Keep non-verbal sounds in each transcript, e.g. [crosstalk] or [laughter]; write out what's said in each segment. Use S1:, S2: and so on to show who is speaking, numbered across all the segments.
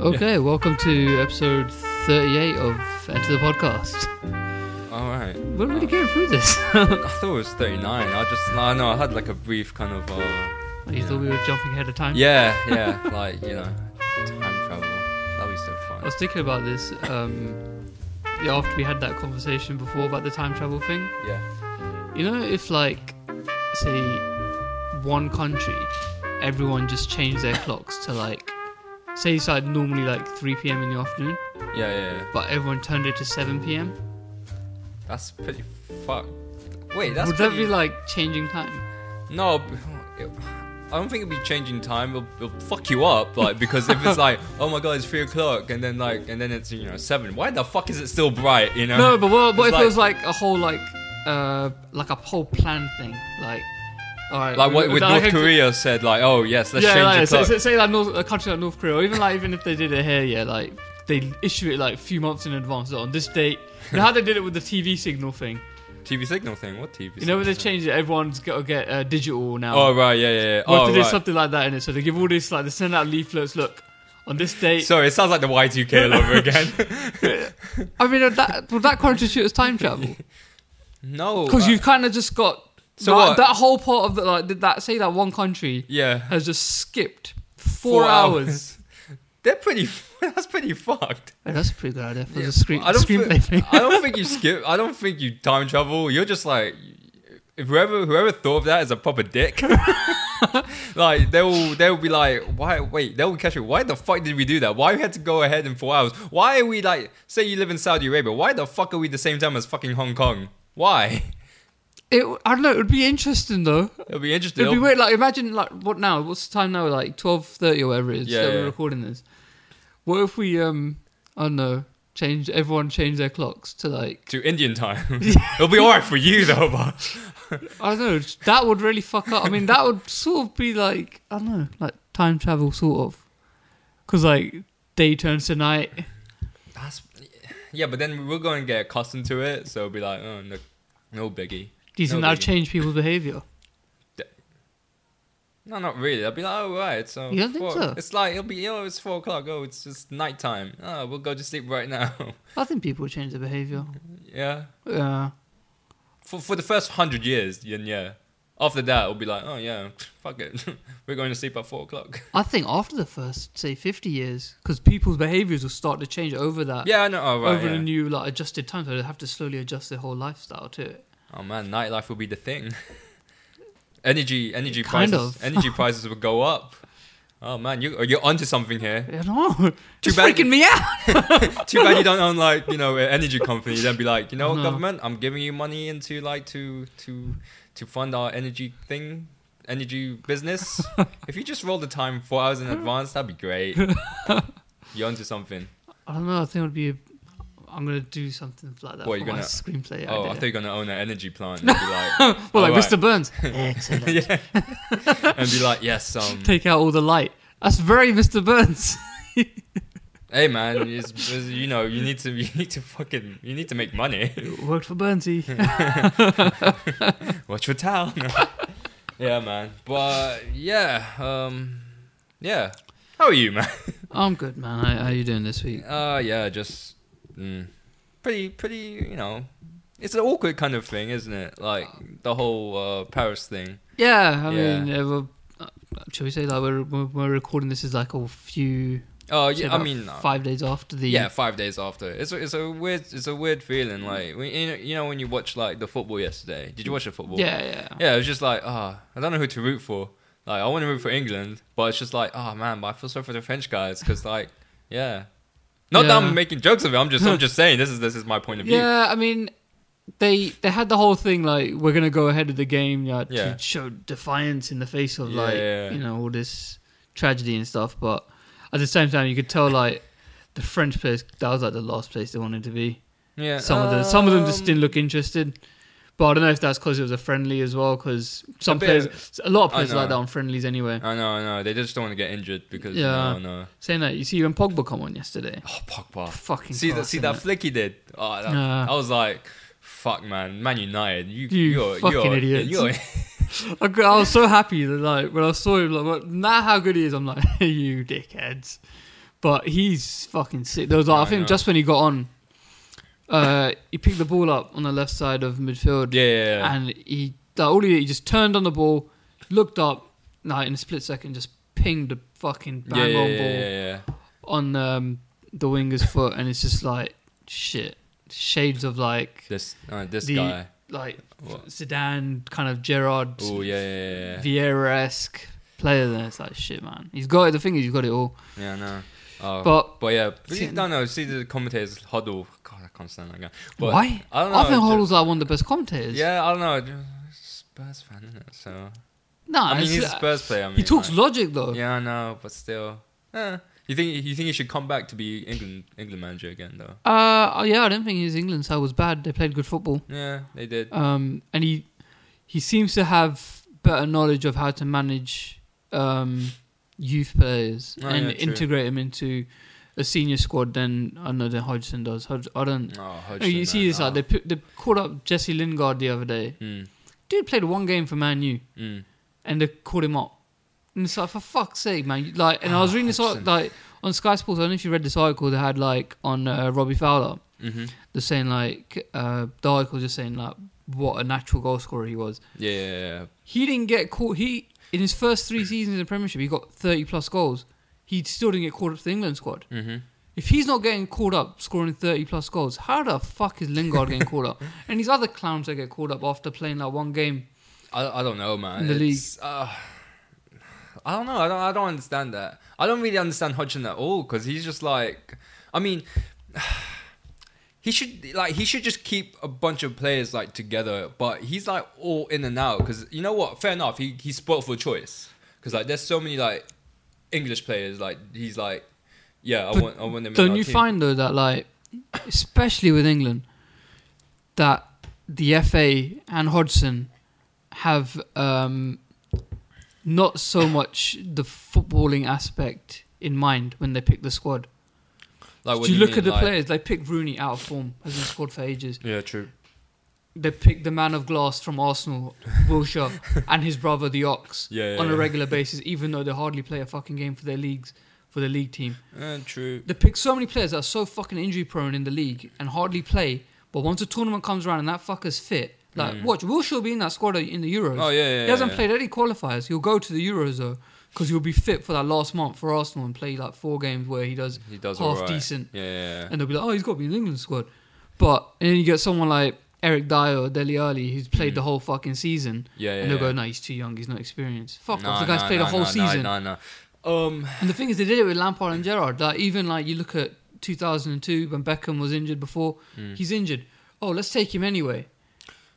S1: Okay, welcome to episode 38 of Enter the Podcast.
S2: All right.
S1: We're really getting through this. [laughs]
S2: I thought it was 39. I just, I know, I had like a brief kind of, uh,
S1: you thought we were jumping ahead of time?
S2: yeah, yeah, like, you know, time travel. That'd be so
S1: I
S2: fun.
S1: was thinking about this um, yeah, after we had that conversation before about the time travel thing.
S2: Yeah.
S1: You know, if, like, say, one country, everyone just changed their clocks to, like, say you started normally, like, 3 pm in the afternoon,
S2: Yeah, yeah, yeah.
S1: but everyone turned it to 7 pm,
S2: That's pretty fuck. Wait, that's
S1: would that
S2: pretty...
S1: be, like, changing time?
S2: No, b- it- I don't think it'd be changing time. It'll, it'll fuck you up, like because if it's like, [laughs] oh my god, it's three o'clock, and then like, and then it's you know seven. Why the fuck is it still bright? You know?
S1: No, but what, what if
S2: Um, It's
S1: it was like a whole like uh like a whole planned thing? Like, all right,
S2: [laughs] like
S1: we-
S2: what with
S1: like,
S2: North
S1: if-
S2: Korea said, like, oh yes, let's
S1: Yeah,
S2: change
S1: like,
S2: the
S1: say,
S2: clock.
S1: say, say like North, a country like North Korea, or even like even if they did it here, yeah, like they issue it like a few months in advance. Like, on this date, you know how they did it with the TV signal thing.
S2: TV signal thing. What TV?
S1: You know when they
S2: signal?
S1: changed it, everyone's got to get uh, digital now.
S2: Oh right, yeah, yeah. yeah.
S1: we have
S2: Oh
S1: to do
S2: right.
S1: something like that in it. So they give all this like they send out leaflets. Look, on this date,
S2: Sorry, it sounds like the Y2K all over
S1: [laughs]
S2: again.
S1: I mean uh, that would that constitute as time travel? [laughs]
S2: no,
S1: Because
S2: uh,
S1: you've kind of just got
S2: So
S1: that,
S2: what?
S1: that whole part of the like did that say that one country
S2: yeah,
S1: has just skipped four,
S2: Four
S1: hours.
S2: they're pretty. [laughs] That's pretty fucked.
S1: [laughs] Hey, that's a pretty good idea for the screen,
S2: I don't
S1: screenplay thing.
S2: think, I don't think you skip. I don't think you time travel. You're just like if whoever whoever thought of that is a proper dick. [laughs] like they will they will be like why wait they will catch you. Why the fuck did we do that? Why we had to go ahead in four hours? Why are we like say you live in Saudi Arabia? Why the fuck are we the same time as fucking Hong Kong? Why?
S1: [laughs]
S2: [laughs]
S1: It, I don't know. It would be interesting though.
S2: It'll be interesting.
S1: It'd be weird. Like imagine like what now? What's the time now? Like twelve thirty or whatever it is
S2: Yeah,
S1: that
S2: yeah.
S1: we're recording this. What if we um I don't know change everyone change their clocks to like
S2: to Indian [laughs] time. It'll be alright for you though, but
S1: I don't know that would really fuck up. I mean that would sort of be like I don't know like time travel sort of because like day turns to night.
S2: [laughs] that's yeah. But then we're going to get accustomed to it, so it'll be like oh no, no biggie.
S1: Do you think
S2: No
S1: that'll
S2: biggie.
S1: change people's behavior?
S2: No, not really. I'll be like, oh, right. So
S1: You don't think
S2: four-
S1: so?
S2: It's like it'll be, oh, it's four o'clock. Oh, it's just nighttime. Oh, we'll go to sleep right now. [laughs]
S1: I think people will change their behavior.
S2: yeah.
S1: Yeah.
S2: For for the first hundred years, then yeah. After that, it'll be like, oh yeah, fuck it. [laughs] We're going to sleep at four o'clock.
S1: I think after the first, say, 50 years, because people's behaviors will start to change over that.
S2: yeah, I know. Oh, right.
S1: Uh, over
S2: yeah.
S1: the new, like, adjusted time. So they have to slowly adjust their whole lifestyle to it.
S2: oh man, nightlife will be the thing. [laughs] energy, energy
S1: Kind
S2: prices,
S1: of. [laughs]
S2: energy prices will go up. Oh man, you you're onto something here.
S1: I [laughs] don't know. It's
S2: bad-
S1: freaking me out.
S2: Too bad you don't own like you know an energy company. Then be like, you know,
S1: No.
S2: what, government, I'm giving you money into like to to to fund our energy thing, energy
S1: [laughs]
S2: business. if you just roll the time four hours in advance, that'd be great. You're onto something.
S1: I don't know. I think it would be. A, I'm going to do something like that
S2: What,
S1: for
S2: you're
S1: my
S2: gonna-
S1: screenplay
S2: oh, I
S1: idea.
S2: thought you're gonna own an energy
S1: [laughs]
S2: plant. And be like,
S1: well, like
S2: Alright.
S1: Mr. Burns. [laughs] Excellent.
S2: [laughs] yeah, and be like, yes, um,
S1: Take out all the light. That's very Mr. Burns. [laughs]
S2: hey man, it's, it's- you know, you need to, you need to fucking, you need to make money. [laughs]
S1: It worked for Burnsy.
S2: Watch your towel. [laughs] yeah, man. But yeah, um, yeah. How are you, man?
S1: [laughs] I'm good, man. How, how you doing this week?
S2: [laughs] Uh, yeah, just mm, pretty, pretty. You know, it's an awkward kind of thing, isn't it? Like the whole uh, Paris thing.
S1: Yeah, I
S2: Yeah.
S1: mean, yeah, well, uh, should we say that we're, we're we're recording this is like a few?
S2: Oh,
S1: say
S2: yeah. I
S1: about
S2: mean, uh,
S1: five days after the.
S2: yeah, five days after. It's a, it's a weird, it's a weird feeling. Like when, you know, you know when you watch like the football yesterday. Did you watch the football?
S1: yeah, yeah.
S2: Yeah, it was just like, ah, I don't know who to root for. Like, I want to root for England, but it's just like, oh man, but I feel sorry for the French guys because, like, yeah. Not that
S1: Yeah.
S2: I'm making jokes of it. I'm just, I'm
S1: [laughs]
S2: just saying this is this is my point of view.
S1: Yeah, I mean, they they had the whole thing like we're gonna go ahead of the game yeah,
S2: Yeah.
S1: to show defiance in the face of like
S2: Yeah.
S1: you know all this tragedy and stuff, but at the same time you could tell like the French players that was like the last place they wanted to be.
S2: Yeah,
S1: Some of them, some of them just
S2: um,
S1: didn't look interested. But I don't know if that's because it was a friendly as well, because some
S2: bit
S1: players, a lot of
S2: I
S1: players are like
S2: know. Uh.
S1: that on friendlies anyway.
S2: I know, I know. They just don't want to get injured because
S1: Yeah.
S2: yeah. no, no.
S1: Saying that, you see when Pogba come on yesterday.
S2: Oh, Pogba.
S1: Fucking
S2: See that?
S1: class,
S2: See
S1: innit?
S2: that flick he did. Oh, that,
S1: Yeah.
S2: I was like, fuck, man, Man United, you,
S1: You
S2: you are
S1: fucking
S2: you're,
S1: idiots. [laughs]
S2: You're,
S1: I, g- I [laughs] was so happy that like when I saw him, like well, now how good he is, I'm like, you dickheads. But he's fucking sick. There was like,
S2: Yeah,
S1: I
S2: I
S1: think
S2: know.
S1: just when he got on, uh, he picked the ball up on the left side of midfield.
S2: Yeah, yeah, yeah.
S1: And he, like, all he, did, he just turned on the ball, looked up, like in a split second, just pinged the fucking bang
S2: yeah,
S1: on
S2: yeah,
S1: ball
S2: yeah, yeah, yeah.
S1: on um, the winger's foot, and it's just like shit. Shades of like
S2: This, uh, this
S1: The-
S2: guy.
S1: like
S2: What?
S1: Zidane kind of Gerard
S2: Oh yeah, yeah, yeah, yeah.
S1: Vieira esque player. Then it's like shit, man. He's got it. The thing is, he's got it all.
S2: Yeah, no. Oh,
S1: But-
S2: but yeah, please-
S1: See-
S2: no, no. See the commentators huddle. God, I can't stand that guy. But
S1: Why?
S2: I don't know.
S1: think
S2: ju-
S1: Hoddle's like one of the best commentators.
S2: Yeah, I don't know. Spurs fan, isn't it? So
S1: no,
S2: I mean, he's a Spurs player. I mean,
S1: Ah, he talks
S2: like-
S1: logic though.
S2: Yeah, I know, but still. Eh. You think you think he should come back to be England England manager again though?
S1: Uh, oh, yeah, I don't think his England side was bad. They played good football.
S2: Yeah, they did.
S1: Um, and he he seems to have better knowledge of how to manage um youth players
S2: Oh,
S1: and
S2: yeah, true.
S1: integrate them into a senior squad than I know than Hodgson does. Hodg- I don't.
S2: Oh,
S1: No,
S2: Hodgson,
S1: you see
S2: man.
S1: this like they put, they called up Jesse Lingard the other day.
S2: Oh. Mm,
S1: Dude played one game for Man U
S2: mm.
S1: and they called him up. And it's like for fuck's sake, man! You- Like, and I was
S2: Ah,
S1: reading this ar-
S2: Hodgson.
S1: like on Sky Sports. I don't know if you read this article they had like on uh, Robbie Fowler.
S2: Mm-hmm.
S1: They're saying like uh, the article was just saying like what a natural goal scorer he was.
S2: Yeah, yeah, yeah.
S1: He didn't get caught. He in his first three seasons in the Premiership, he got thirty plus goals. He still didn't get called up to the England squad.
S2: Mm-hmm.
S1: If he's not getting called up scoring 30 plus goals, how the fuck is Lingard getting called up? And these other clowns that get called up after playing like one game.
S2: I, I don't know, man.
S1: In the league.
S2: It's, uh, I don't know. I don't, I don't understand that. I don't really understand Hodgson at all because he's just like, I mean, [sighs] he should like he should just keep a bunch of players like together, but he's like all in and out because you know what? Fair enough. He he's spoiled for choice because like there's so many like English players like he's like, yeah, I
S1: But
S2: want I want them. in
S1: Don't
S2: our
S1: you
S2: team.
S1: find though that like, especially with England, that the FA and Hodgson have um, not so much the footballing aspect in mind when they pick the squad.
S2: Like, what
S1: do you, look
S2: mean?
S1: at the
S2: Like-
S1: players? They pick Rooney out of form, hasn't scored for ages.
S2: Yeah, true.
S1: they pick the man of glass from Arsenal,
S2: [laughs]
S1: Wilshire, and his brother the Ox
S2: Yeah, yeah,
S1: on a
S2: yeah.
S1: regular basis, even though they hardly play a fucking game for their leagues for their league team.
S2: Yeah, Eh, true.
S1: They pick so many players that are so fucking injury prone in the league and hardly play. But once a tournament comes around and that fucker's fit, like watch Wilshire will be in that squad in the Euros.
S2: Mm. Oh yeah, yeah.
S1: he hasn't
S2: yeah.
S1: played any qualifiers. He'll go to the Euros though because he'll be fit for that last month for Arsenal and play like four games where he does
S2: He does
S1: half
S2: alright.
S1: decent.
S2: Yeah, yeah, yeah.
S1: and they'll be like, oh, he's got to be in the England squad. But and then you get someone like Eric Dyer or Deli Ali who's played the whole fucking season,
S2: Yeah, yeah.
S1: and they'll
S2: Mm. yeah.
S1: go, no, he's too young, he's not experienced. Fuck
S2: No,
S1: off, the guy's
S2: no,
S1: played
S2: no,
S1: a whole
S2: no, no,
S1: season.
S2: No, no, Um,
S1: And the thing is, they did it with Lampard and Gerrard. Like even like you look at 2002 when Beckham was injured before,
S2: Mm.
S1: he's injured. Oh, let's take him anyway.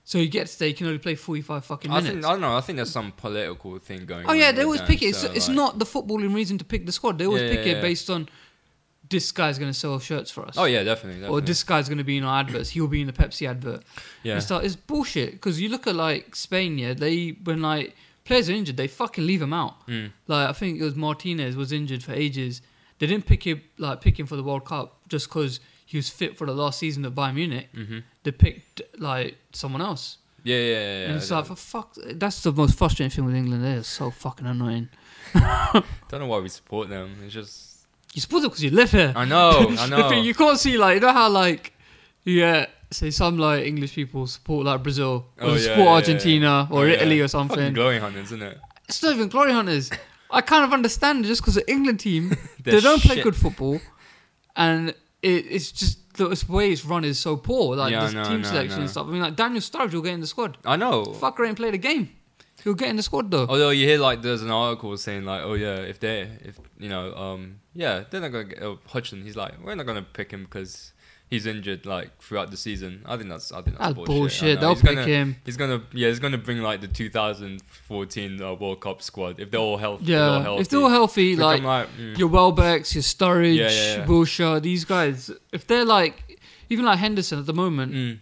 S1: So he gets there, he can only play 45 fucking
S2: I
S1: minutes.
S2: think I don't know. I think there's some political thing going.
S1: Oh
S2: on
S1: yeah, they
S2: with
S1: always
S2: that,
S1: pick it. It's,
S2: so,
S1: it's
S2: like-
S1: not the footballing reason to pick the squad. They always
S2: Yeah,
S1: pick
S2: yeah,
S1: it
S2: yeah.
S1: based on this guy's going to sell shirts for us.
S2: Oh yeah, definitely.
S1: or
S2: definitely.
S1: this guy's going to be in our adverts. He'll be in the Pepsi advert.
S2: yeah.
S1: It's, like, it's bullshit because you look at like Spain. Yeah, they when like players are injured, they fucking leave them out.
S2: Mm.
S1: Like I think it was Martinez was injured for ages. They didn't pick him like pick him for the World Cup just because he was fit for the last season at Bayern Munich.
S2: Mhm.
S1: They picked like someone else.
S2: yeah, yeah, yeah, yeah.
S1: and
S2: I
S1: it's like
S2: don't-
S1: for fuck. That's the most frustrating thing with England. They're so fucking annoying.
S2: don't know why we support them. It's just
S1: You suppose because you live here. [laughs]
S2: I know, I
S1: The thing,
S2: know.
S1: you can't see like you know how like yeah say some like English people support like Brazil or
S2: Oh,
S1: they
S2: yeah,
S1: support
S2: yeah, yeah.
S1: Argentina or
S2: Oh, yeah.
S1: Italy or
S2: Fucking
S1: something.
S2: glory hunters, isn't it?
S1: It's not even glory hunters.
S2: [laughs]
S1: I kind of understand it just because the England team they
S2: They're
S1: don't play
S2: shit.
S1: good football, and it, it's just the it's- way it's run is so poor. Like
S2: Yeah, I
S1: this
S2: know,
S1: team
S2: I know, I
S1: selection
S2: know.
S1: and stuff. I mean, like Daniel Sturridge will get in the squad.
S2: I know.
S1: Fucker ain't played a game. He'll get in the squad though.
S2: Although you hear like there's an article saying like, oh yeah, if they, if you know, um, yeah, they're not gonna get oh, Hutchin. He's like, we're not gonna pick him because he's injured like throughout the season. I think that's, I think that's,
S1: That's
S2: bullshit. I
S1: bullshit.
S2: know.
S1: They'll
S2: He's
S1: pick
S2: gonna-
S1: him.
S2: He's gonna, yeah, he's gonna bring like the 2014 uh, World Cup squad if they're all healthy. they're all
S1: Yeah,
S2: healthy.
S1: if they're all healthy,
S2: Like,
S1: like
S2: I'm like, mm,
S1: your Welbecks, your Sturridge,
S2: Yeah, yeah, yeah.
S1: Wilshere, these guys, if they're like, even like Henderson at the moment,
S2: mm.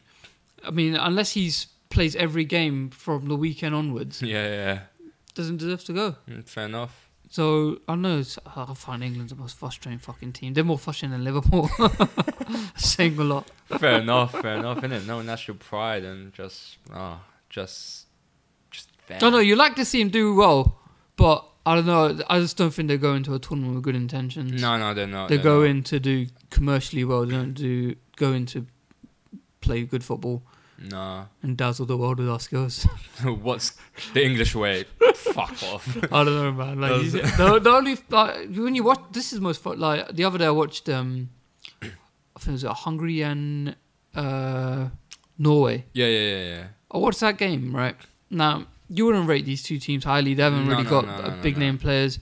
S1: I mean, unless he's plays every game from the weekend onwards,
S2: yeah, yeah,
S1: doesn't deserve to go.
S2: yeah. Mm, fair enough.
S1: So I know it's, oh, I find England's the most frustrating fucking team. They're more frustrating than Liverpool. [laughs] Saying a lot.
S2: Fair enough. Fair enough. Innit? No national pride and just, ah, just, just. Fair.
S1: No, no, you like to see him do well, but I don't know. I just don't think they go into a tournament with good intentions.
S2: No, no, they're not.
S1: they
S2: they're
S1: go
S2: not.
S1: in to do commercially well. They don't do go in to play good football
S2: Nah. [laughs]
S1: and dazzle the world with our skills.
S2: What's the English way? Fuck off.
S1: I don't know, man. Like
S2: [laughs] Those-
S1: you- the, the only like, when you watch this is most fun. Like the other day, I watched um, I think it was uh, Hungary and uh, Norway.
S2: Yeah, yeah, yeah, yeah.
S1: I watched that game, right? Now, you wouldn't rate these two teams highly. They haven't
S2: No,
S1: really
S2: no,
S1: got
S2: no,
S1: uh,
S2: no, no,
S1: big
S2: no.
S1: name players.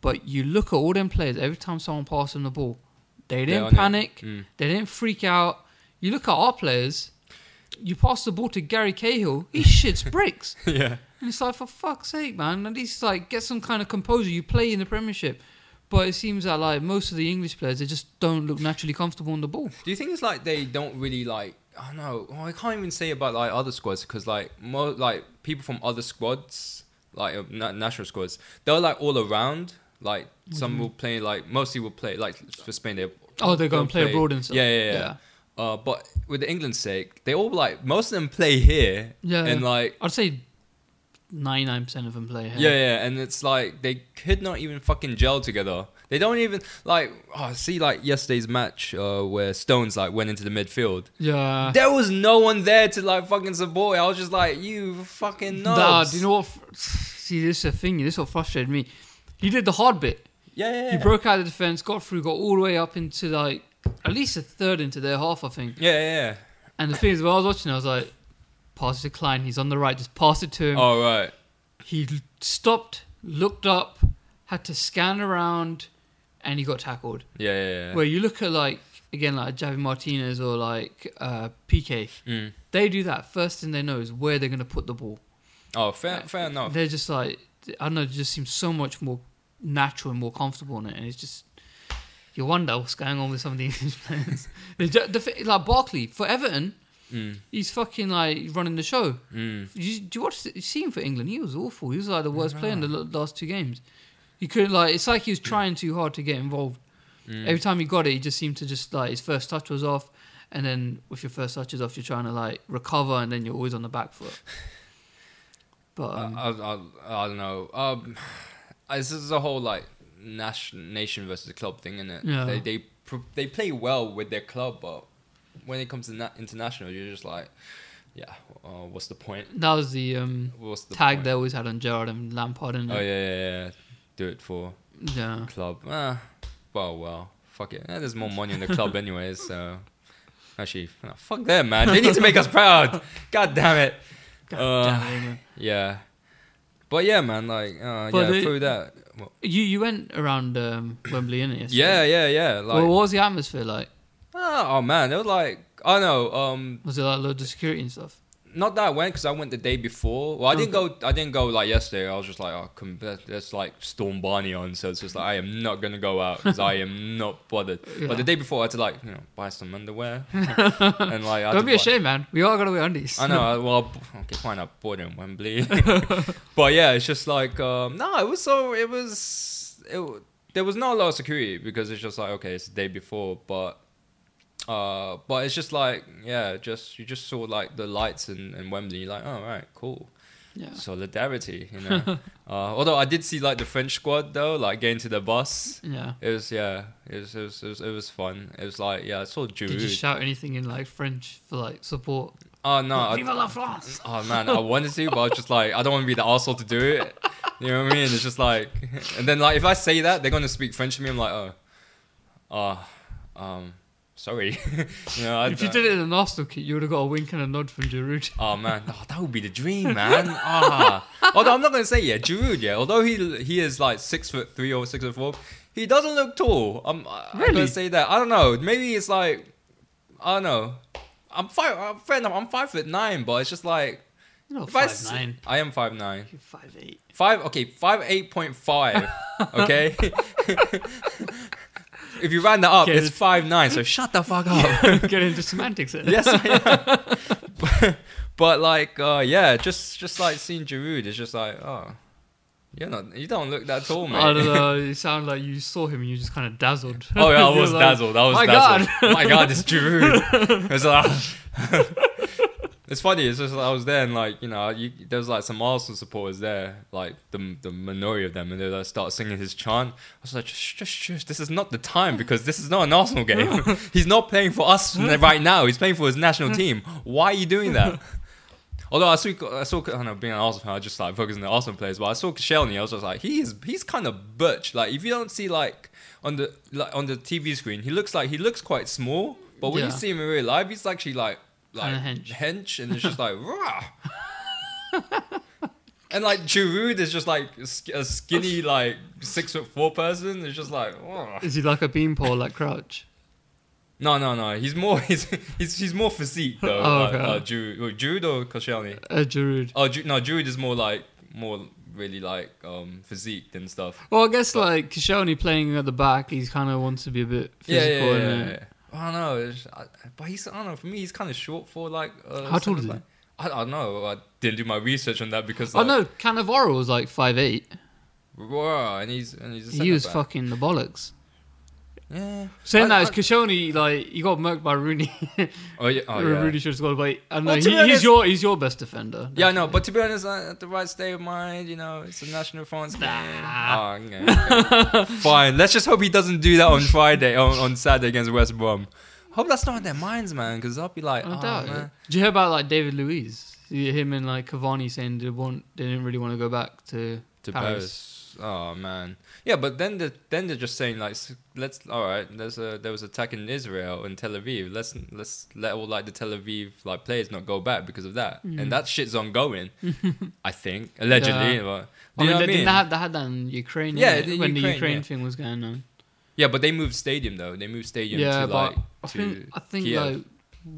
S1: But you look at all them players, every time someone passes them the ball, they
S2: They're
S1: didn't
S2: on it.
S1: panic.
S2: Mm. [laughs]
S1: They didn't freak out. You look at our players, you pass the ball to Gary Cahill, he shits bricks.
S2: yeah.
S1: And it's like, for fuck's sake, man, at least like get some kind of composure. You play in the Premiership. But it seems that like most of the English players, they just don't look naturally comfortable on the ball.
S2: Do you think it's like they don't really like? I don't know. Well, I can't even say about like other squads because like more like people from other squads, like uh, na- national squads, they're like all around. Like some will play, like mostly will play, like for Spain they.
S1: Oh, they go
S2: they'll
S1: and play abroad and stuff.
S2: Yeah, yeah, yeah.
S1: Yeah.
S2: Uh, but with the England's sake, they all like most of them play here.
S1: Yeah.
S2: and like
S1: I'd say 99% of them play here.
S2: yeah, yeah, and it's like they could not even fucking gel together. They don't even like. Oh, see, like yesterday's match uh, where Stones like went into the midfield.
S1: Yeah.
S2: There was no one there to like fucking support. it. I was just like, you fucking
S1: Nah,
S2: knobs.
S1: do you know what? fr- See, this is the thing. This is what frustrated me. He did the hard bit.
S2: Yeah, yeah, yeah.
S1: He broke out of the defense, got through, got all the way up into like at least a third into their half, I think.
S2: yeah,
S1: Um,
S2: yeah,
S1: And the thing is, when I was watching, I was like, pass it to Klein. He's on the right. Just pass it to
S2: yeah.
S1: him.
S2: All Oh, right.
S1: He l- stopped, looked up, had to scan around, and he got tackled.
S2: Yeah, yeah, yeah.
S1: Where you look at like again like Javi Martinez or like uh, PK,
S2: Mm.
S1: they do that first thing they know is where they're going to put the ball.
S2: Oh, fair, fair enough.
S1: They're just like I don't know, it just seems so much more natural and more comfortable in it, and it's just you wonder what's going on with some of the English [laughs] players. They ju- the thi- like Barkley for Everton,
S2: Mm.
S1: he's fucking like running the show.
S2: Mm.
S1: You, do you watch? the- You see him for England? He was awful. He was like the worst player in the l- last two games. He couldn't like. It's like he was trying too hard to get involved.
S2: Mm.
S1: Every time he got it, he just seemed to just like his first touch was off, and then with your first touches off, you're trying to like recover, and then you're always on the back
S2: [laughs]
S1: foot. But um,
S2: I, I, I, I don't know. Um, [sighs] this is a whole like nation, nation versus club thing, isn't it?
S1: Yeah.
S2: They they pr- they play well with their club, but when it comes to na- international, you're just like, yeah. Uh, what's the point?
S1: that was the um,
S2: What's the
S1: tag
S2: point?
S1: they always had on Gerard and Lampard, and
S2: Oh yeah, yeah, yeah. Do it for
S1: yeah.
S2: club. Ah, well, well, fuck it. Eh, there's more money in the
S1: [laughs]
S2: club anyways, so actually, no, fuck them, man. They need to make
S1: [laughs]
S2: us proud. God damn it.
S1: God
S2: Uh,
S1: damn it, England.
S2: Yeah, but yeah, man. Like, uh,
S1: But
S2: yeah,
S1: they-
S2: through that. Well,
S1: You you went around um, Wembley, innit? yesterday?
S2: yeah, yeah, yeah. Like,
S1: well, what was the atmosphere like?
S2: ah, oh man, they were like, I know. Um,
S1: Was it like loads of security and stuff?
S2: not that I went because I went the day before. Well, I didn't go. I didn't go like yesterday. I was just like, oh, com- that- that's like Storm Barney on, so it's just like I am not gonna go out because I am not bothered.
S1: Yeah.
S2: But the day before, I had to like you know buy some
S1: [laughs]
S2: underwear and like I had to
S1: Don't be
S2: buy-
S1: ashamed, man. We all got to wear undies.
S2: I know. I- Well, b- okay, fine. I bought it in Wembley, [laughs] but yeah, it's just like um, no. It was so. It was. It, w- there was not a lot of security because it's just like okay, it's the day before, but uh, but it's just like yeah, just you just saw like the lights in, in Wembley. You're like, oh right, cool,
S1: Yeah.
S2: solidarity,
S1: [laughs]
S2: you know. uh, although I did see like the French squad though, like getting to the bus.
S1: Yeah.
S2: It was yeah, it was it was it was, it was fun. It was like yeah, I saw Giroud.
S1: Did you shout anything in like French for like support?
S2: oh no, I-
S1: Vive la France!
S2: Oh man, I wanted to, but I was just like, I don't want to be the asshole to do it. You know what I mean? It's just like, and then like if I say that, they're gonna speak French to me. I'm like, oh, ah, um, sorry. [laughs] you know, I,
S1: if you did it in an Arsenal kit, you would have got a wink and a nod from Giroud.
S2: Oh man, oh, that would be the dream, man. Ah, although I'm not gonna say yeah, Giroud. Yeah, although he he is like six foot three or six foot four, he doesn't look tall. I'm, I'm
S1: Really?
S2: gonna say that. I don't know. Maybe it's like, I don't know. I'm five. I'm fair enough. I'm five foot nine, but it's just like.
S1: [laughs] You're not
S2: If I
S1: five
S2: s-
S1: nine.
S2: I am five nine.
S1: You're five eight.
S2: Five okay, five eight
S1: [laughs]
S2: point five. Okay. if you round that up,
S1: Okay.
S2: it's five nine. So shut the fuck
S1: [laughs]
S2: up.
S1: [laughs] Get into semantics. There.
S2: yes, I am. [laughs] but, but like, uh, yeah, just just like seeing Giroud is just like, oh, you're not, you don't look that tall, man.
S1: I don't know. You sound like you saw him and you just kind of dazzled.
S2: [laughs] Oh yeah, I
S1: [laughs] You're
S2: was
S1: like,
S2: [laughs] dazzled. I was
S1: My [laughs]
S2: dazzled. My God, it's Giroud. It's like, it's funny. It's just like I was there and like you know you, there was like some Arsenal supporters there, like the the minority of them, and they like start singing his chant. I was like, shush, shush, shush. This is not the time because this is not an Arsenal game. He's not playing for us right now. He's playing for his national team. Why are you doing that? [laughs] Although I saw, I saw, I don't know, being an Arsenal fan, I just like focusing on the Arsenal players. But I saw Koscielny, I was just like, he is, he's kind of butch. Like if you don't see like on the like on the TV screen, he looks like he looks quite small. But when you
S1: Yeah.
S2: see him in real life, he's actually like like
S1: Kinda hench.
S2: and
S1: [laughs]
S2: it's just like rah. and like Giroud is just like a sk- a skinny like six foot four person. It's just like rah.
S1: Is he like a beanpole like Crouch?
S2: no no no. He's more [laughs] he's he's, he's more physique though.
S1: Oh,
S2: like,
S1: okay.
S2: uh, Giroud, wait, Giroud or Koscielny?
S1: Uh, Giroud.
S2: Oh Ju- no, Druid is more like more really like um physique and stuff.
S1: Well, I guess like Koscielny playing at the back, he kind of wants to be a bit
S2: Yeah,
S1: physical.
S2: yeah, yeah.
S1: innit?
S2: yeah. I don't know, it's- I, but he's I don't know. For me, he's kind of short for like. Uh,
S1: How tall is he?
S2: centre-back. I, I don't know. I didn't do my research on that because.
S1: Oh
S2: Like,
S1: no, Cannavaro was like five eight.
S2: Wow, and he's and he's. A
S1: He was
S2: centre-back.
S1: fucking the bollocks.
S2: Yeah.
S1: Saying
S2: I-
S1: that, is Koscielny like he got murked by Rooney. [laughs]
S2: Oh yeah. Oh, yeah.
S1: Rooney should have scored, but I don't
S2: Well,
S1: know,
S2: to
S1: he,
S2: be honest-
S1: he's your he's your best defender.
S2: Yeah, no, but to be honest, I- at the right state of mind, you know, it's a national France game.
S1: Nah.
S2: Oh, okay, okay. [laughs] Fine. Let's just hope he doesn't do that on Friday, on, on Saturday against West Brom. Hope that's not in their minds, man, because I'll be like,
S1: I
S2: oh,
S1: doubt
S2: man.
S1: it. Did you hear about like David Luiz? You- Him and like Cavani saying they want they didn't really want to go back to,
S2: to Paris. Oh man, yeah, but then the then they're just saying like, s- let's all right. There's a there was attack in Israel in Tel Aviv. Let's let's let all like the Tel Aviv like players not go back because of that, and that
S1: [laughs]
S2: shit's ongoing. I think allegedly,
S1: Mm. Yeah. I
S2: but do you
S1: mean,
S2: know
S1: they,
S2: what I mean?
S1: Didn't have, they had that in Ukraine.
S2: Yeah,
S1: innit?
S2: the
S1: when the
S2: Ukraine,
S1: Ukraine
S2: yeah.
S1: thing was going on.
S2: yeah, but they moved stadium though. They moved stadium
S1: Yeah,
S2: to
S1: but
S2: like
S1: I
S2: to
S1: think I think
S2: Kiev.
S1: like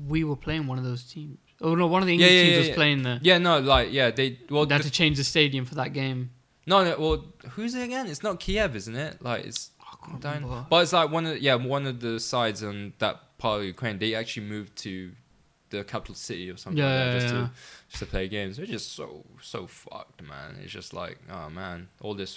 S1: we were playing one of those teams. Oh no, one of the
S2: Yeah,
S1: English
S2: yeah,
S1: teams
S2: yeah,
S1: was
S2: yeah.
S1: playing there.
S2: yeah, no, like yeah, they well
S1: they had to
S2: the-
S1: change the stadium for that game.
S2: no, no, well who's it again? It's not Kiev, isn't it? Like it's
S1: I can't
S2: Down-
S1: remember.
S2: But it's like one of yeah, one of the sides on that part of Ukraine, they actually moved to the capital city or something
S1: Yeah,
S2: like that,
S1: yeah,
S2: just
S1: yeah.
S2: to just to play games. It's just so so fucked, man. It's just like, oh man, all this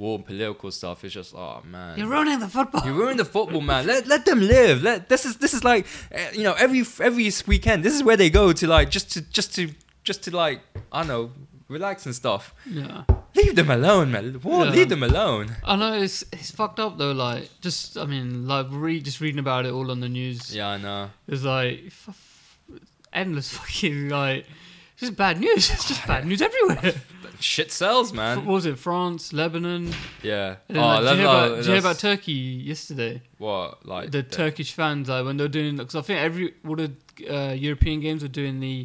S2: war and political stuff is just oh man.
S1: You're ruining the football.
S2: You ruined the football, man. Let, let them live. Let this is this is like eh, you know every every weekend. This is where they go to like just to just to just to like I don't know relax and stuff.
S1: [laughs] yeah,
S2: Leave them alone, man. War,
S1: Yeah.
S2: Leave them alone.
S1: I know it's it's fucked up though. Like just I mean like re- just reading about it all on the news
S2: Yeah, I know.
S1: is like f- f- endless [laughs] fucking like it's just bad news. [laughs] It's just bad news
S2: [laughs]
S1: everywhere.
S2: Shit sells, man.
S1: What was it France, Lebanon?
S2: Yeah.
S1: And then, like, did you hear
S2: that's-
S1: about, did you hear about
S2: Oh, that's-
S1: Turkey yesterday?
S2: what? Like
S1: the Turkish fans like when they're doing because I think every all the uh, European games were doing the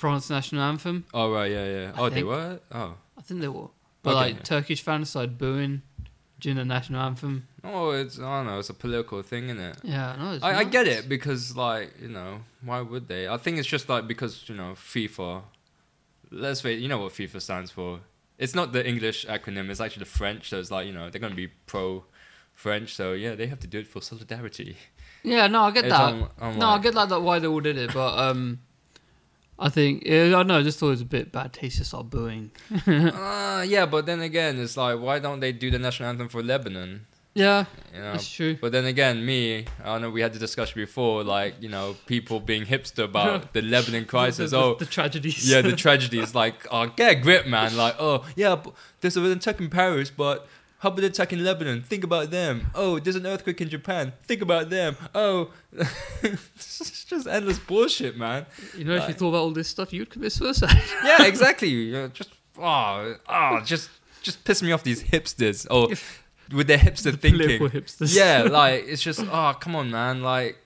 S1: France national anthem.
S2: Oh right, yeah, yeah.
S1: I
S2: Oh, they
S1: think.
S2: were. Oh,
S1: I think they were, but
S2: Okay,
S1: like
S2: yeah.
S1: Turkish fans started booing during the national anthem.
S2: oh, it's I don't know. It's a political thing, isn't it?
S1: Yeah, no, it's
S2: I, I
S1: nuts.
S2: get it because like you know why would they? I think it's just like because you know FIFA. Let's face, you know what FIFA stands for. It's not the English acronym. It's actually the French. So it's like you know they're gonna be pro. French, so yeah, they have to do it for solidarity.
S1: Yeah, no, I get
S2: It's
S1: that.
S2: on- on
S1: no,
S2: like-
S1: I
S2: [laughs]
S1: get like that why they all did it, but um, I think yeah, I know. I just thought it was a bit bad taste to start booing.
S2: uh, yeah, but then again, it's like why don't they do the national anthem for Lebanon?
S1: Yeah,
S2: You know,
S1: that's true.
S2: But then again, me, I know we had the discussion before, like, you know, people being
S1: [laughs]
S2: hipster about the Lebanon crisis.
S1: the, the,
S2: oh,
S1: the tragedies.
S2: yeah, the tragedy is like, oh, get a grip, man. Like, oh, yeah, but there's an attack in Paris, but how about the attack in Lebanon? Think about them. Oh, there's an earthquake in Japan. Think about them. Oh, [laughs] it's just endless bullshit, man.
S1: [laughs] you know, if you
S2: like-
S1: thought about all this stuff, you'd commit suicide. [laughs]
S2: Yeah, exactly. You know, Just, oh, oh, just, just piss me off these hipsters. Oh, with their hipster thinking.
S1: Political hipsters.
S2: Yeah,
S1: [laughs]
S2: like it's just oh come on man, like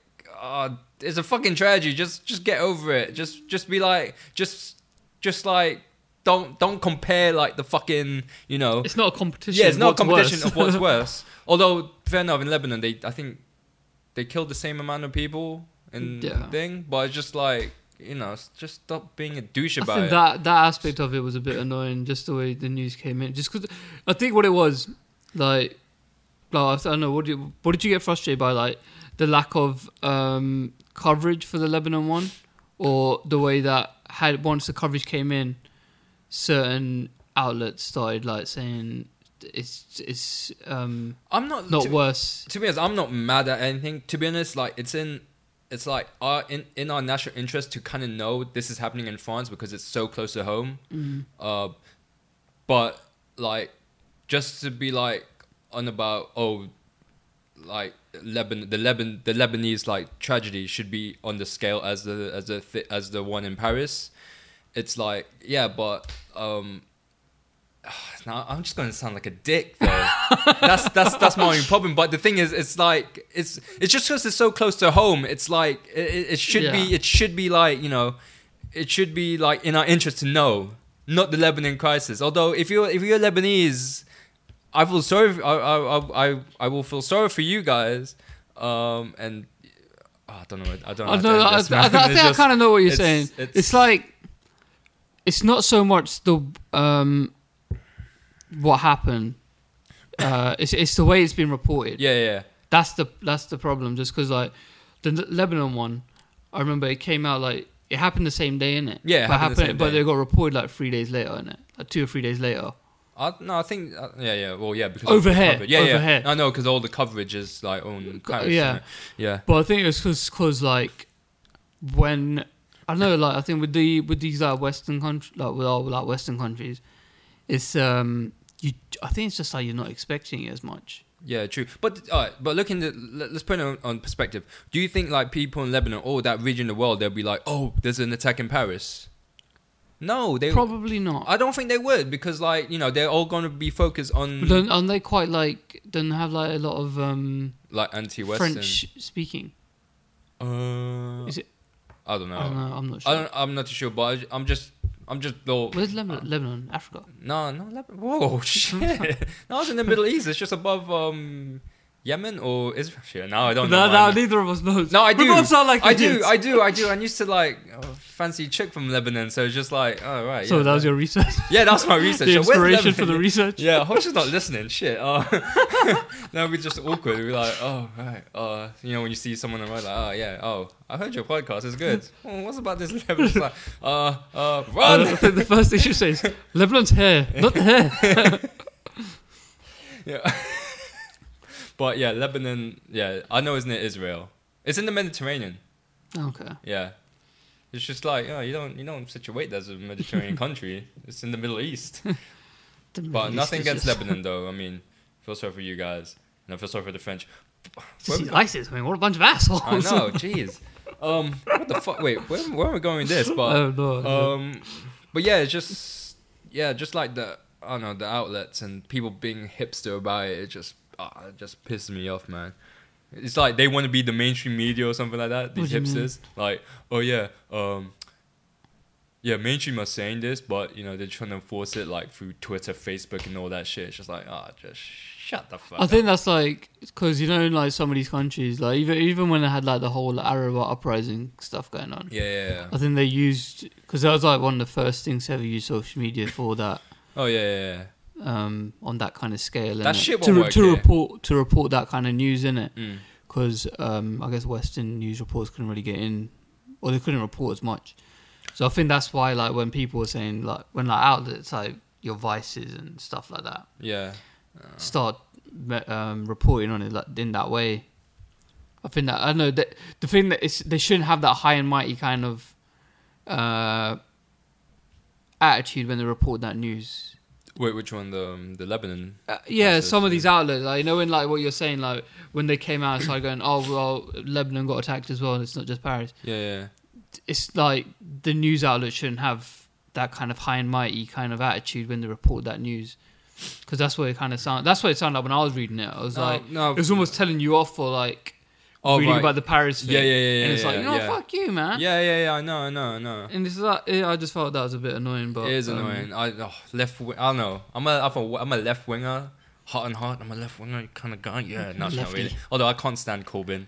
S2: oh, it's a fucking tragedy. Just just get over it. Just just be like just just like don't don't compare like the fucking you know
S1: It's not a competition.
S2: yeah it's not a
S1: what's
S2: competition
S1: worse. [laughs]
S2: of what's worse. Although fair enough in Lebanon they I think they killed the same amount of people and
S1: Yeah.
S2: thing, but it's just like you know s- just stop being a douche
S1: I
S2: about
S1: think
S2: it.
S1: that that aspect of it was a bit annoying, just the way the news came in. Just because I think what it was like, like, I don't know what did you, what did you get frustrated by, like the lack of um, coverage for the Lebanon one, or the way that had once the coverage came in, certain outlets started like saying it's it's um,
S2: I'm not
S1: not
S2: to-
S1: worse.
S2: to be honest, I'm not mad at anything. To be honest, like it's in it's like our in, in our national interest to kind of know this is happening in France because it's so close to home. Uh, but like, just to be like on about oh, like Lebanon, the Leban, the Lebanese like tragedy should be on the scale as the as the th- as the one in Paris. It's like yeah, but um, [sighs] now I'm just going to sound like a
S1: [laughs]
S2: dick, though. that's that's that's my only problem. But the thing is, it's like it's it's just because it's so close to home. It's like it, it it should be
S1: Yeah.
S2: it should be like you know, it should be like in our interest to know, not the Lebanon crisis. Although if you're if you're Lebanese, I feel sorry. I I I, I, I will feel sorry for you guys. Um and oh, I don't know. I don't know.
S1: I don't know. I, I,
S2: how to end this, man.
S1: I think
S2: [laughs] It's
S1: I
S2: just-
S1: kind of know what you're saying.
S2: it's- it's-
S1: It's, like it's not so much the um what happened. Uh, it's it's the way it's been reported.
S2: yeah, yeah,
S1: That's the that's the problem. Just because like the N- Lebanon one, I remember it came out like it happened the same day in it.
S2: Yeah, it
S1: but
S2: happened the same
S1: but
S2: day.
S1: they got reported like three days later in it, like two or three days later.
S2: I, no, I think uh, yeah, yeah. Well, yeah, because
S1: Over
S2: of the
S1: here,
S2: coverage. yeah,
S1: over
S2: yeah.
S1: here.
S2: I know because all the coverage is like on Paris,
S1: yeah.
S2: isn't it? yeah,
S1: But I think it's because like when I know like I think with the with these like Western country like with all like Western countries, it's um you I think it's just like you're not expecting it as much.
S2: yeah. True, but all right, but looking at let, let's put it on, on perspective. Do you think like people in Lebanon or that region of the world they'll be like, oh, there's an attack in Paris? No, they.
S1: Probably not.
S2: I don't think they would because like you know they're all going to be focused
S1: But
S2: on
S1: don't, aren't they quite like don't have like a lot of um
S2: like anti-Western.
S1: French speaking?
S2: Uh,
S1: Is it?
S2: I don't know.
S1: I don't know. I'm not sure.
S2: I don't. I'm not too sure, but I, am just. I'm just. Oh,
S1: Where's Lebanon? Lebanon, Africa.
S2: No, no, Lebanon. Whoa, [laughs] shit. no, it's in the Middle East. It's just above um, Yemen or Israel. Shit, no, I don't know.
S1: No,
S2: man.
S1: no, neither of us knows.
S2: No, I
S1: We
S2: do.
S1: both sound like
S2: I do,
S1: idiots.
S2: I do, I do. I used to like a fancy chick from Lebanon, so it's just like, oh, right.
S1: So
S2: yeah,
S1: that was
S2: yeah.
S1: your research.
S2: Yeah, that's my research.
S1: the
S2: So where's
S1: inspiration for
S2: Lebanon?
S1: the research. [laughs]
S2: [laughs] Yeah, I hope she's not listening. Shit. [laughs] Uh, no, we're just awkward. We're like, oh, right. Uh, you know, when you see someone on the road, like, oh, yeah, oh, I heard your podcast. It's
S1: [laughs]
S2: good. Oh, what's about this Lebanon? It's like, uh, uh,
S1: I
S2: run!
S1: don't think the first thing she says, Lebanon's hair, not the hair.
S2: [laughs] Yeah. [laughs] but yeah, Lebanon. Yeah, I know it's near Israel. It's in the Mediterranean.
S1: Okay.
S2: Yeah. It's just like oh, you don't you don't situate that as a
S1: [laughs]
S2: Mediterranean country. It's in the Middle East.
S1: The Middle
S2: But
S1: East
S2: nothing
S1: is
S2: against
S1: just-
S2: Lebanon though. I mean, feel sorry for you guys, and I feel sorry for the
S1: [laughs]
S2: French.
S1: Just these ISIS. I mean, what a bunch of assholes.
S2: I know. Jeez. Um, what the fuck? Wait, where, where are we going
S1: [laughs]
S2: with this? But
S1: [laughs] Oh, no.
S2: um, but yeah, it's just yeah, just like the I don't know the outlets and people being hipster about it. It just ah, it just pisses me off, man. It's like they want to be the mainstream media or something like that. These
S1: do you mean?
S2: hipsters, like oh yeah, um, yeah, mainstream are saying this, but you know they're trying to force it like through Twitter, Facebook, and all that shit. It's just like ah, just shut the fuck.
S1: I
S2: up.
S1: think that's like, because you know, in like some of these countries, like even even when they had like the whole Arab uprising stuff going on,
S2: yeah, yeah, yeah.
S1: I think they used, because that was like one of the first things to ever use social media for that.
S2: Oh yeah, yeah, yeah.
S1: Um, on that kind of scale,
S2: That
S1: innit?
S2: shit
S1: to,
S2: won't
S1: re-
S2: work
S1: to
S2: here.
S1: report to report that kind of news in it,
S2: Mm.
S1: because um, I guess Western news reports couldn't really get in, or they couldn't report as much. So I think that's why, like, when people were saying, like, when like outlets like your vices and stuff like that
S2: yeah. Uh-huh.
S1: start me- um, reporting on it like in that way, I think that I don't know that the thing that is they shouldn't have that high and mighty kind of uh, attitude when they report that news.
S2: Wait, which one? The um, the Lebanon.
S1: Uh, yeah,
S2: That's it,
S1: some of
S2: yeah.
S1: these outlets, like, you know, when like what you're saying, like when they came out, it's like going, "Oh well, Lebanon got attacked as well. and It's not just Paris."
S2: Yeah, yeah.
S1: It's like the news outlet shouldn't have that kind of high and mighty kind of attitude when they report that news, because that's what it kind of sound. That's what it sounded like when I was reading it. I was
S2: No,
S1: like,
S2: Oh, no.
S1: it was almost telling you off for like
S2: Oh,
S1: reading
S2: right.
S1: about the Paris thing.
S2: Yeah, yeah, yeah,
S1: And
S2: yeah,
S1: it's like,
S2: yeah,
S1: you know, what,
S2: yeah.
S1: fuck you, man.
S2: Yeah, yeah, yeah. I know, I know, I know.
S1: And it's like, yeah, I just felt that was a bit annoying, but
S2: it is
S1: um,
S2: annoying. I oh, left. Wing, I don't know. I'm a I'm a, I'm a left winger, hot and hot. I'm a left winger kind of guy.
S1: [laughs]
S2: Yeah, no, not
S1: Lefty.
S2: really. Although I can't stand Corbyn.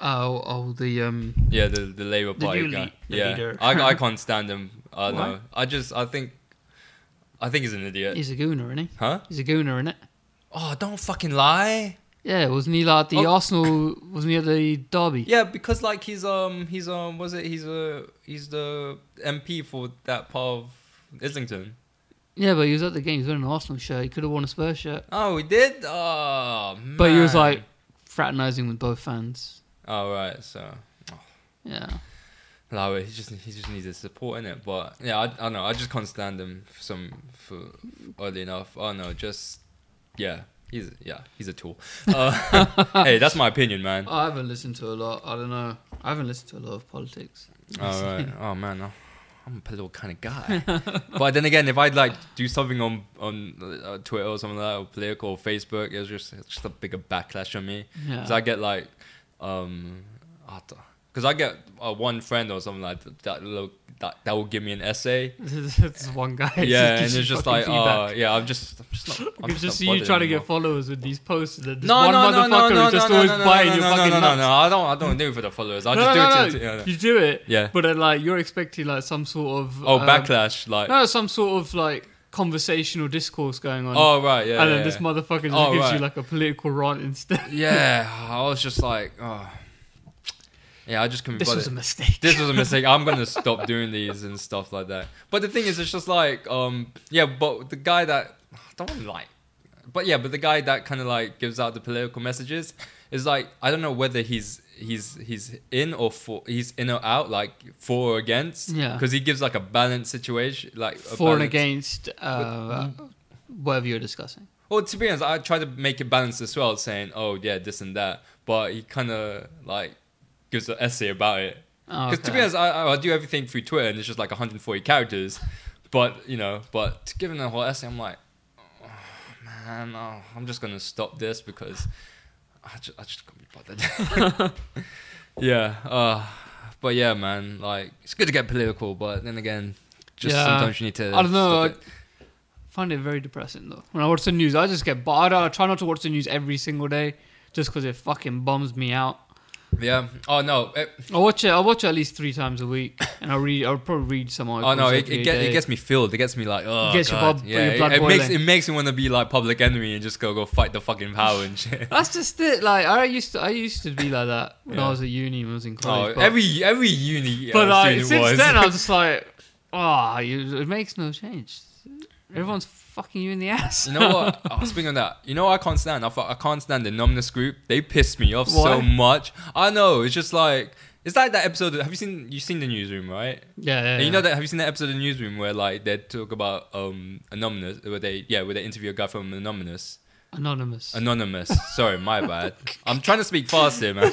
S1: Oh, oh, the um,
S2: Yeah, the the Labour
S1: The
S2: Party
S1: new
S2: guy.
S1: lea- the
S2: yeah,
S1: leader.
S2: I
S1: [laughs]
S2: I can't stand him. I don't
S1: Why?
S2: know. I just I think, I think he's an idiot.
S1: he's a gooner, isn't he?
S2: huh?
S1: He's a gooner, isn't it?
S2: Oh, don't fucking lie.
S1: Yeah, wasn't he like the
S2: Oh.
S1: Arsenal? Wasn't he at the Derby?
S2: Yeah, because like he's um he's um was it he's uh he's the MP for that part of Islington.
S1: Yeah, but he was at the game. He was wearing an Arsenal shirt. He could have worn a Spurs shirt,
S2: Oh, he did. Oh, man.
S1: but he was like fraternising with both fans.
S2: Oh right, so oh,
S1: Yeah.
S2: No, he just he just needs the support in it. But yeah, I, I don't know. I just can't stand him for some for oddly enough. I don't know. Just yeah, he's yeah he's a tool. Uh, [laughs] hey, that's my opinion, man.
S1: I haven't listened to a lot. I don't know. I haven't listened to a lot of politics.
S2: All right. Oh man, I'm- I'm a political kind of guy. but then again, if I'd like do something on on uh, Twitter or something like that, or political or Facebook, it's just it's just a bigger backlash on me.
S1: Yeah.
S2: So I get like, um, because I get uh, one friend or something like that that, will- that that will give me
S1: [laughs]
S2: an essay.
S1: This one guy.
S2: Yeah, and
S1: gives
S2: it's
S1: you
S2: just like,
S1: fucking feedback.
S2: uh, yeah, I'm just, I'm just not. I'm
S1: I could just
S2: not
S1: see you
S2: bothered
S1: trying to
S2: anymore.
S1: get followers with these posts, and then just
S2: No,
S1: one
S2: no, no, no,
S1: motherfucker
S2: no,
S1: is just
S2: no,
S1: always
S2: no, no,
S1: buying
S2: no,
S1: your
S2: no,
S1: fucking
S2: no, no,
S1: nuts.
S2: no, I don't, I don't do it for the followers. I
S1: No,
S2: just
S1: no,
S2: do
S1: no,
S2: it to. yeah,
S1: no.
S2: yeah.
S1: You do it,
S2: Yeah.
S1: But then, like, you're expecting like some sort of
S2: Oh,
S1: um,
S2: backlash, like.
S1: No, some sort of like conversational discourse going on.
S2: Oh right, yeah.
S1: and then
S2: yeah,
S1: this
S2: yeah.
S1: motherfucker just
S2: Oh,
S1: gives you
S2: right.
S1: like a political rant instead.
S2: Yeah, I was just like, oh. Yeah, I just couldn't be
S1: this
S2: bothered.
S1: was a mistake.
S2: this was a mistake. I'm gonna stop doing these and stuff like that. But the thing is, it's just like, um, yeah. But the guy that I don't wanna like, but yeah, but the guy that kind of like gives out the political messages is like, I don't know whether he's he's he's in or for, he's in or out, like for or against.
S1: Yeah.
S2: Because he gives like a balanced situation, like
S1: [laughs]
S2: a
S1: for and
S2: balanced-
S1: against uh, whatever you're discussing.
S2: Well, to be honest, I try to make it balanced as well, saying, "Oh yeah, this and that," but he kind of like gives an essay about it.
S1: Oh,
S2: Because to be
S1: okay.
S2: honest, I- I, I do everything through Twitter, and it's just like 140 characters. But you know, but to give him a whole essay, I'm like, oh, man, oh, I'm just gonna stop this because I just, I just can't be bothered. [laughs] yeah, uh, but yeah, man, like it's good to get political, but then again, just
S1: Yeah.
S2: sometimes you need to.
S1: I don't know.
S2: stop
S1: I
S2: it.
S1: find it very depressing though. When I watch the news, I just get bored. I try not to watch the news every single day, just because it fucking bums me out.
S2: yeah. Oh no. it-
S1: I watch it. I watch it at least three times a week, and I read. I'll probably read some
S2: Oh
S1: articles.
S2: no, it,
S1: every
S2: it, get,
S1: day.
S2: it gets me filled. It gets me like, oh,
S1: It gets your
S2: God.
S1: blood-
S2: yeah,
S1: your
S2: it-
S1: blood
S2: it, makes
S1: boiling.
S2: it makes me want to be like Public Enemy and just go go fight the fucking power and [laughs] shit.
S1: That's just it. Like I used to, I used to be like that when I
S2: Yeah.
S1: was at uni. When I was in
S2: oh,
S1: college. but
S2: every every uni, uh,
S1: but like,
S2: student
S1: since
S2: was. [laughs]
S1: then, I was just like, ah, you it makes no change. Everyone's fucking you in the ass.
S2: you know what? Oh, speaking of that, you know what I can't stand. I, fu- I can't stand the numbness group. They piss me off
S1: Why?
S2: so much. I know. It's just like it's like that episode. Have you seen you seen the newsroom right?
S1: yeah, yeah,
S2: And you
S1: yeah.
S2: know that? Have you seen that episode of Newsroom where like they talk about um anonymous? Where they yeah, where they interview a guy from anonymous.
S1: anonymous.
S2: Anonymous. Sorry, [laughs] my bad. I'm trying to speak fast here, man.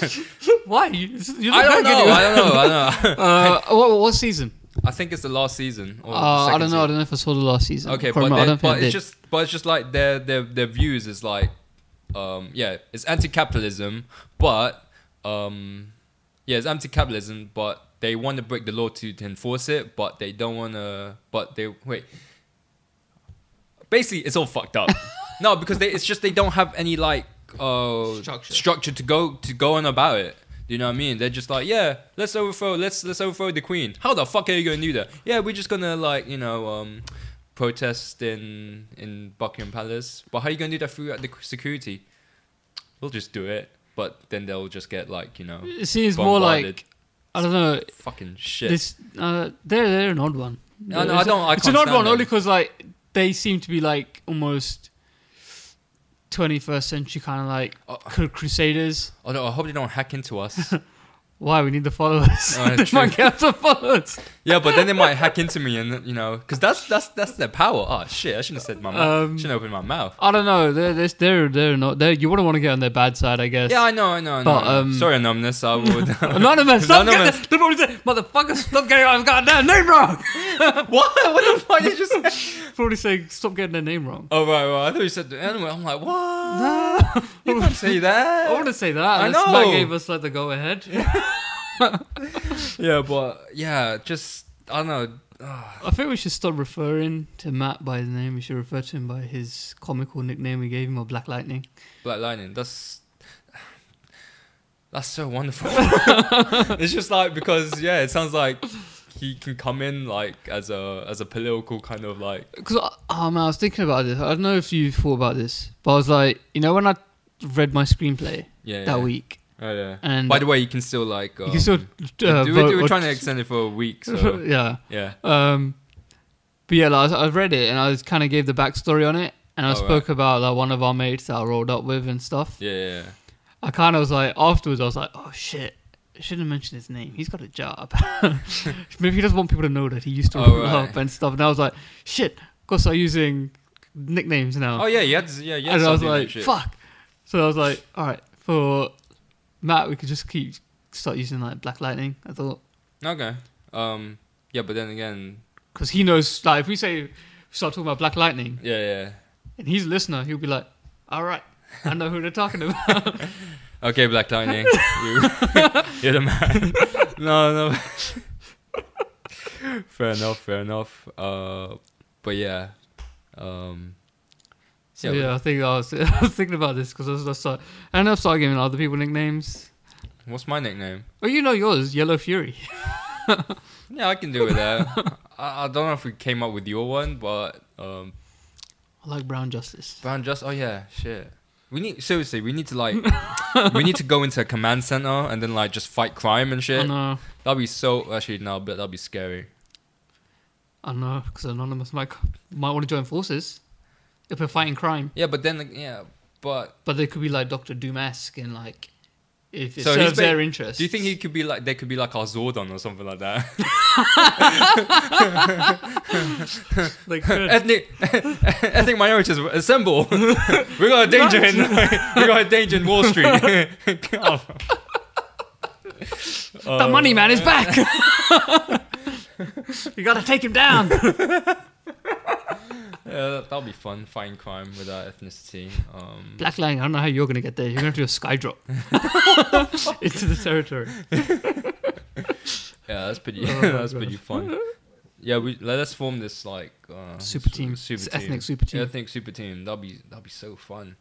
S1: Why? You, you're
S2: [laughs] I
S1: not
S2: [laughs] don't
S1: gonna
S2: know.
S1: get
S2: I don't know. I don't
S1: it.
S2: know. [laughs]
S1: Uh, what, what season?
S2: I think it's the last season. Or
S1: Uh,
S2: the
S1: I
S2: Oh, second
S1: don't know. I
S2: season.
S1: don't know if I saw the last season.
S2: Okay,
S1: Probably
S2: but,
S1: not. I
S2: they-
S1: don't think I
S2: but it's
S1: did.
S2: just but it's just like their their their views is like, um, yeah, it's anti-capitalism, but um, yeah, it's anti-capitalism, but they want to break the law to, to enforce it, but they don't want to. But they wait. Basically, it's all fucked up. no, because they, it's just they don't have any like uh,
S1: Structure.
S2: structure to go to go on about it. Do you know what I mean? They're just like, yeah, let's overthrow, let's let's overthrow the queen. How the fuck are you gonna do that? Yeah, we're just gonna like you know um, protest in in Buckingham Palace. But how are you gonna do that through uh, the security? We'll just do it. But then they'll just get like you know
S1: it seems more
S2: bombarded.
S1: like I don't know.
S2: fucking shit.
S1: This uh, they're they're an odd one.
S2: No, no, I
S1: It's a-
S2: don't- I
S1: it's
S2: can't
S1: an odd
S2: stand
S1: one only
S2: them.
S1: because like they seem to be like almost 21st century kind of like
S2: Oh.
S1: cru- crusaders.
S2: oh no, I hope they don't hack into us. [laughs]
S1: Why we need the followers? [laughs]
S2: Oh,
S1: they
S2: true.
S1: might get the followers.
S2: yeah, but then they might hack into me, and you know, because that's that's that's their power. Oh shit, I shouldn't have said my mouth.
S1: Um,
S2: shouldn't open my mouth.
S1: I don't know. They're they're they're, they're not. They're, you wouldn't want to get on their bad side, I guess. [laughs]
S2: Yeah, I know, I know, I know.
S1: But, um,
S2: Sorry, anonymous. I would.
S1: [laughs]
S2: [laughs]
S1: Anonymous, stop
S2: Anonymous.
S1: getting Look what he said. Motherfucker, stop getting I've got their name wrong. [laughs]
S2: what? What the fuck did you say?
S1: Probably saying stop getting their name wrong.
S2: Oh right, right. I thought you said the animal. I'm like, what?
S1: I
S2: You can't say
S1: [laughs]
S2: that.
S1: want to say that.
S2: I
S1: unless
S2: know.
S1: That gave us like the go ahead.
S2: yeah, but yeah, just I don't know. ah, Ugh.
S1: I think we should stop referring to Matt by his name. We should refer to him by his comical nickname we gave him, or Black Lightning.
S2: Black lightning. That's that's so wonderful. [laughs] it's just like because yeah, it sounds like he can come in like as a as a political kind of like
S1: Because oh man, I was thinking about this. I don't know if you thought about this, but I was like, you know, when I read my screenplay
S2: yeah. yeah.
S1: that week,
S2: Oh yeah.
S1: and
S2: By the way, you can still like. Um,
S1: you can still uh,
S2: we-
S1: vote
S2: we,
S1: or-
S2: are trying to extend it for a week,
S1: [laughs]
S2: so
S1: yeah.
S2: yeah.
S1: Um, but yeah, like, I, I read it and I kind of gave the backstory on it, and I
S2: Oh,
S1: spoke about like one of our mates that I rolled up with and stuff.
S2: Yeah, yeah,
S1: I kind of was like afterwards, I was like, oh shit, I shouldn't mention his name. He's got a
S2: [laughs]
S1: job. [laughs] Maybe he doesn't want people to know that he used to
S2: Oh,
S1: roll
S2: right.
S1: up and stuff. And I was like, shit, gotta start using nicknames now.
S2: Oh yeah, you had to, yeah, yeah.
S1: and I was like, fuck. So I was like, all right, for Matt, we could just keep start using like Black Lightning. I thought
S2: Okay. Um. Yeah, but then again,
S1: because he knows like if we say start talking about Black Lightning
S2: yeah, yeah.
S1: and he's a listener, he'll be like, all right, I know who they're talking
S2: [laughs]
S1: about.
S2: Okay, Black Lightning, you, [laughs] you're the
S1: [laughs]
S2: man. no, [laughs] no. fair enough. Fair enough. Uh, but yeah. Um.
S1: So yeah, I think I was, [laughs] I was thinking about this because I was just like, I ended up starting giving other people nicknames.
S2: What's my nickname?
S1: Oh, you know yours, Yellow Fury.
S2: Yeah, I can do
S1: [laughs]
S2: with that. I, I don't know if we came up with your one, but um,
S1: I like Brown Justice.
S2: Brown just oh yeah, shit. We need seriously. We need
S1: [laughs]
S2: to like, we need to go into a command center and then like just fight crime and
S1: I
S2: shit.
S1: know,
S2: That'd be so actually no, but that'd be scary.
S1: I know, because Anonymous might co- might want to join forces if we're fighting crime.
S2: Yeah, but then like, yeah, but
S1: But they could be like Doctor Doomask and like if it
S2: So he's
S1: serves
S2: ba-
S1: their interests.
S2: do you think he could be like? They could be like our Zordon or something like that.
S1: [laughs]
S2: [laughs]
S1: they could?
S2: ethnic ethnic minorities assemble. [laughs] we got a danger in [laughs] we got a danger in
S1: [laughs]
S2: Wall Street. [laughs] Oh.
S1: the money man is [laughs] back. you gotta take him down.
S2: Yeah, that'll be fun. Fighting crime without ethnicity. Um,
S1: Black Lang, I don't know how you're gonna get there. You're gonna have to do a sky drop
S2: [laughs]
S1: into the territory.
S2: Oh, yeah, that's [laughs] pretty.
S1: Oh my
S2: that's
S1: God.
S2: pretty fun. Yeah, we let us form this like uh,
S1: Super
S2: su-
S1: team. It's ethnic super team.
S2: Ethnic super team. That'll be that'll be so fun.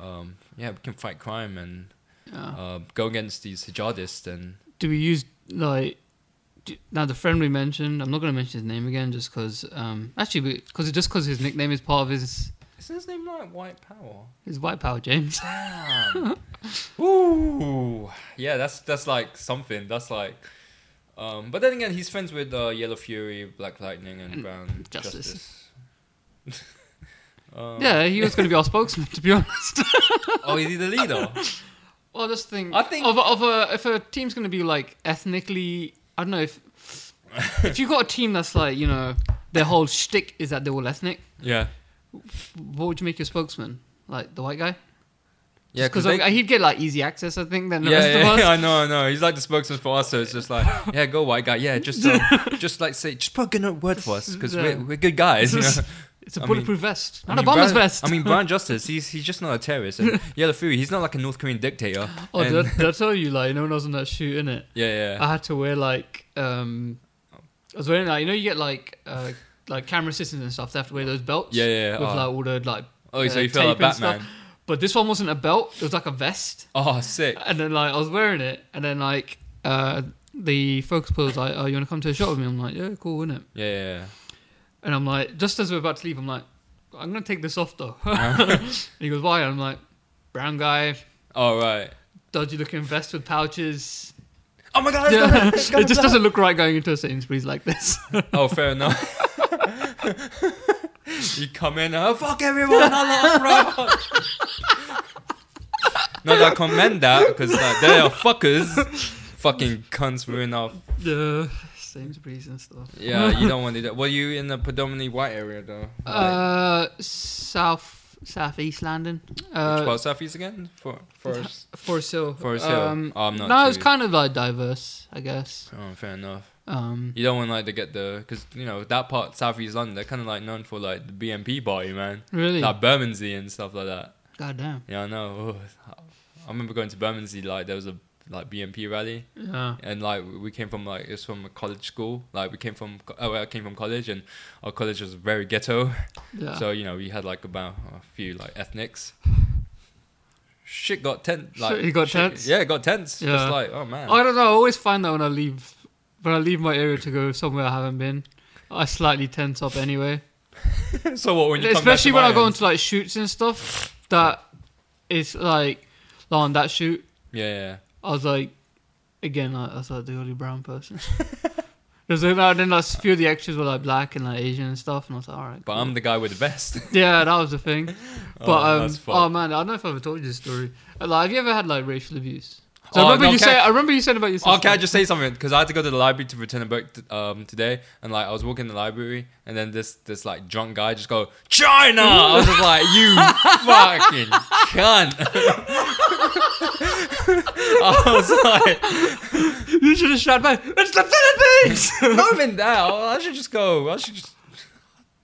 S2: Um, yeah, we can fight crime and
S1: Yeah.
S2: uh, go against these Hijadists and
S1: do we use like do, now the friend we mentioned? I'm not going to mention his name again, just because. Um, actually, because just because his nickname is part of his
S2: Is his name like White Power?
S1: his white power, James.
S2: [laughs] Damn. Ooh. Yeah, that's that's like something. That's like um but then again he's friends with uh, Yellow Fury, Black Lightning and
S1: And
S2: Brown
S1: Mm, Justice.
S2: Justice. [laughs] um,
S1: yeah, he was going to be our spokesman, to be honest.
S2: Oh, is he the leader?
S1: well, this thing,
S2: I think-
S1: of, a- of a if a team's going to be like ethnically, I don't know if if you got a team that's like you know their whole shtick is that they're all ethnic.
S2: [laughs] yeah.
S1: What would you make your spokesman? Like the white guy?
S2: Yeah,
S1: because
S2: because yeah,
S1: he'd get like easy access, I
S2: [laughs]
S1: think, than the rest
S2: yeah,
S1: of us.
S2: I know, I know. He's like the spokesman for us, so it's just
S1: [laughs]
S2: like, yeah, go white guy, yeah, just, um, just like say, just put a good note word for us because
S1: Yeah.
S2: we're, we're good guys.
S1: [laughs]
S2: You know?
S1: It's a
S2: I mean-
S1: bulletproof vest,
S2: I
S1: not a
S2: mean,
S1: bomber's
S2: Brown-
S1: vest.
S2: I
S1: [laughs]
S2: mean, Brian Justice, he's he's just not a terrorist. And Yellow Fury, he's not like a North Korean dictator.
S1: Oh,
S2: And-
S1: did I, did I tell you, like, you know, when I was on that shoot, innit?
S2: yeah, yeah.
S1: I had to wear, like, um, I was wearing, like, you know, you get, like, uh, like camera assistants and stuff, they have to wear those belts.
S2: Yeah, yeah, yeah.
S1: With,
S2: Oh.
S1: like, all the, like,
S2: oh, so
S1: uh,
S2: you feel like
S1: tape and stuff.
S2: Batman.
S1: But this one wasn't a belt, it was like a vest.
S2: Oh, sick.
S1: And then, like, I was wearing it, and then, like, uh, the focus pull was like, oh, you want to come to a shot with me? I'm like, yeah, cool, innit?
S2: Yeah, yeah, yeah.
S1: And I'm like, just as we're about to leave, I'm like, I'm going to take this off, though.
S2: Uh-huh.
S1: and [laughs] he goes, why? And I'm like, brown guy,
S2: Oh, right.
S1: dodgy looking vest with pouches.
S2: Oh my god,
S1: Yeah, [laughs] it just doesn't look right going into a Sainsbury's like [laughs] this.
S2: Oh, fair enough. [laughs] you come in, oh, fuck everyone, I love rock. [laughs] Not that I commend that, because like, they are fuckers. Fucking cunts ruin our.
S1: yeah, Sainsbury's and stuff. [laughs]
S2: Yeah, you don't want to do that. Were you in a predominantly white area, though? Like,
S1: Uh, south southeast London.
S2: which
S1: Uh,
S2: part Southeast again? For, first.
S1: Forest Hill.
S2: Forest Hill.
S1: Um,
S2: Oh, I'm not
S1: no, it's
S2: too-
S1: kind of like diverse, I guess.
S2: Oh, fair enough.
S1: Um,
S2: You don't want like to get the because you know that part Southeast London they're kind of like known for like the BNP party man,
S1: really?
S2: like Bermondsey and stuff like that.
S1: Goddamn.
S2: Yeah, I know. Ugh. I remember going to Bermondsey like there was a like BNP rally
S1: Yeah.
S2: and like we came from like it's from a college school like we came from co- oh well, I came from college and our college was very ghetto
S1: Yeah.
S2: so you know we had like about a few like ethnics. Shit got tense.
S1: So
S2: Like
S1: it got
S2: shit-
S1: tense?
S2: Yeah, it got tense. Yeah.
S1: Yeah.
S2: Just like oh man.
S1: I don't know. I always find that when I leave, when I leave my area to go somewhere I haven't been, I slightly tense up anyway.
S2: so what when you come back
S1: especially
S2: to
S1: when
S2: my
S1: I go
S2: own-
S1: into like shoots and stuff. That it's like, like on that shoot,
S2: yeah yeah.
S1: I was like, again, I, I was like the only brown
S2: [laughs]
S1: person. Because then, like, then like, a few of the extras were like black and like Asian and stuff, and I was like, all right.
S2: But
S1: cool."
S2: I'm the guy with the vest.
S1: yeah, that was the thing. But
S2: Oh,
S1: um,
S2: that's fun.
S1: Uh, oh man, I don't know if I ever told you this story. Like, have you ever had like racial abuse? So
S2: Oh,
S1: I remember
S2: no,
S1: you
S2: okay.
S1: said. I remember you said about your sister.
S2: Oh, can I just say something? Because I had to go to the library to return a book t- um, today, and like I was walking in the library, and then this this like drunk guy just go China. I was just like,
S1: [laughs]
S2: you fucking cunt. [laughs] I was like,
S1: you should have shouted back. It's the Philippines.
S2: [laughs] not even that. I should just go. I should just.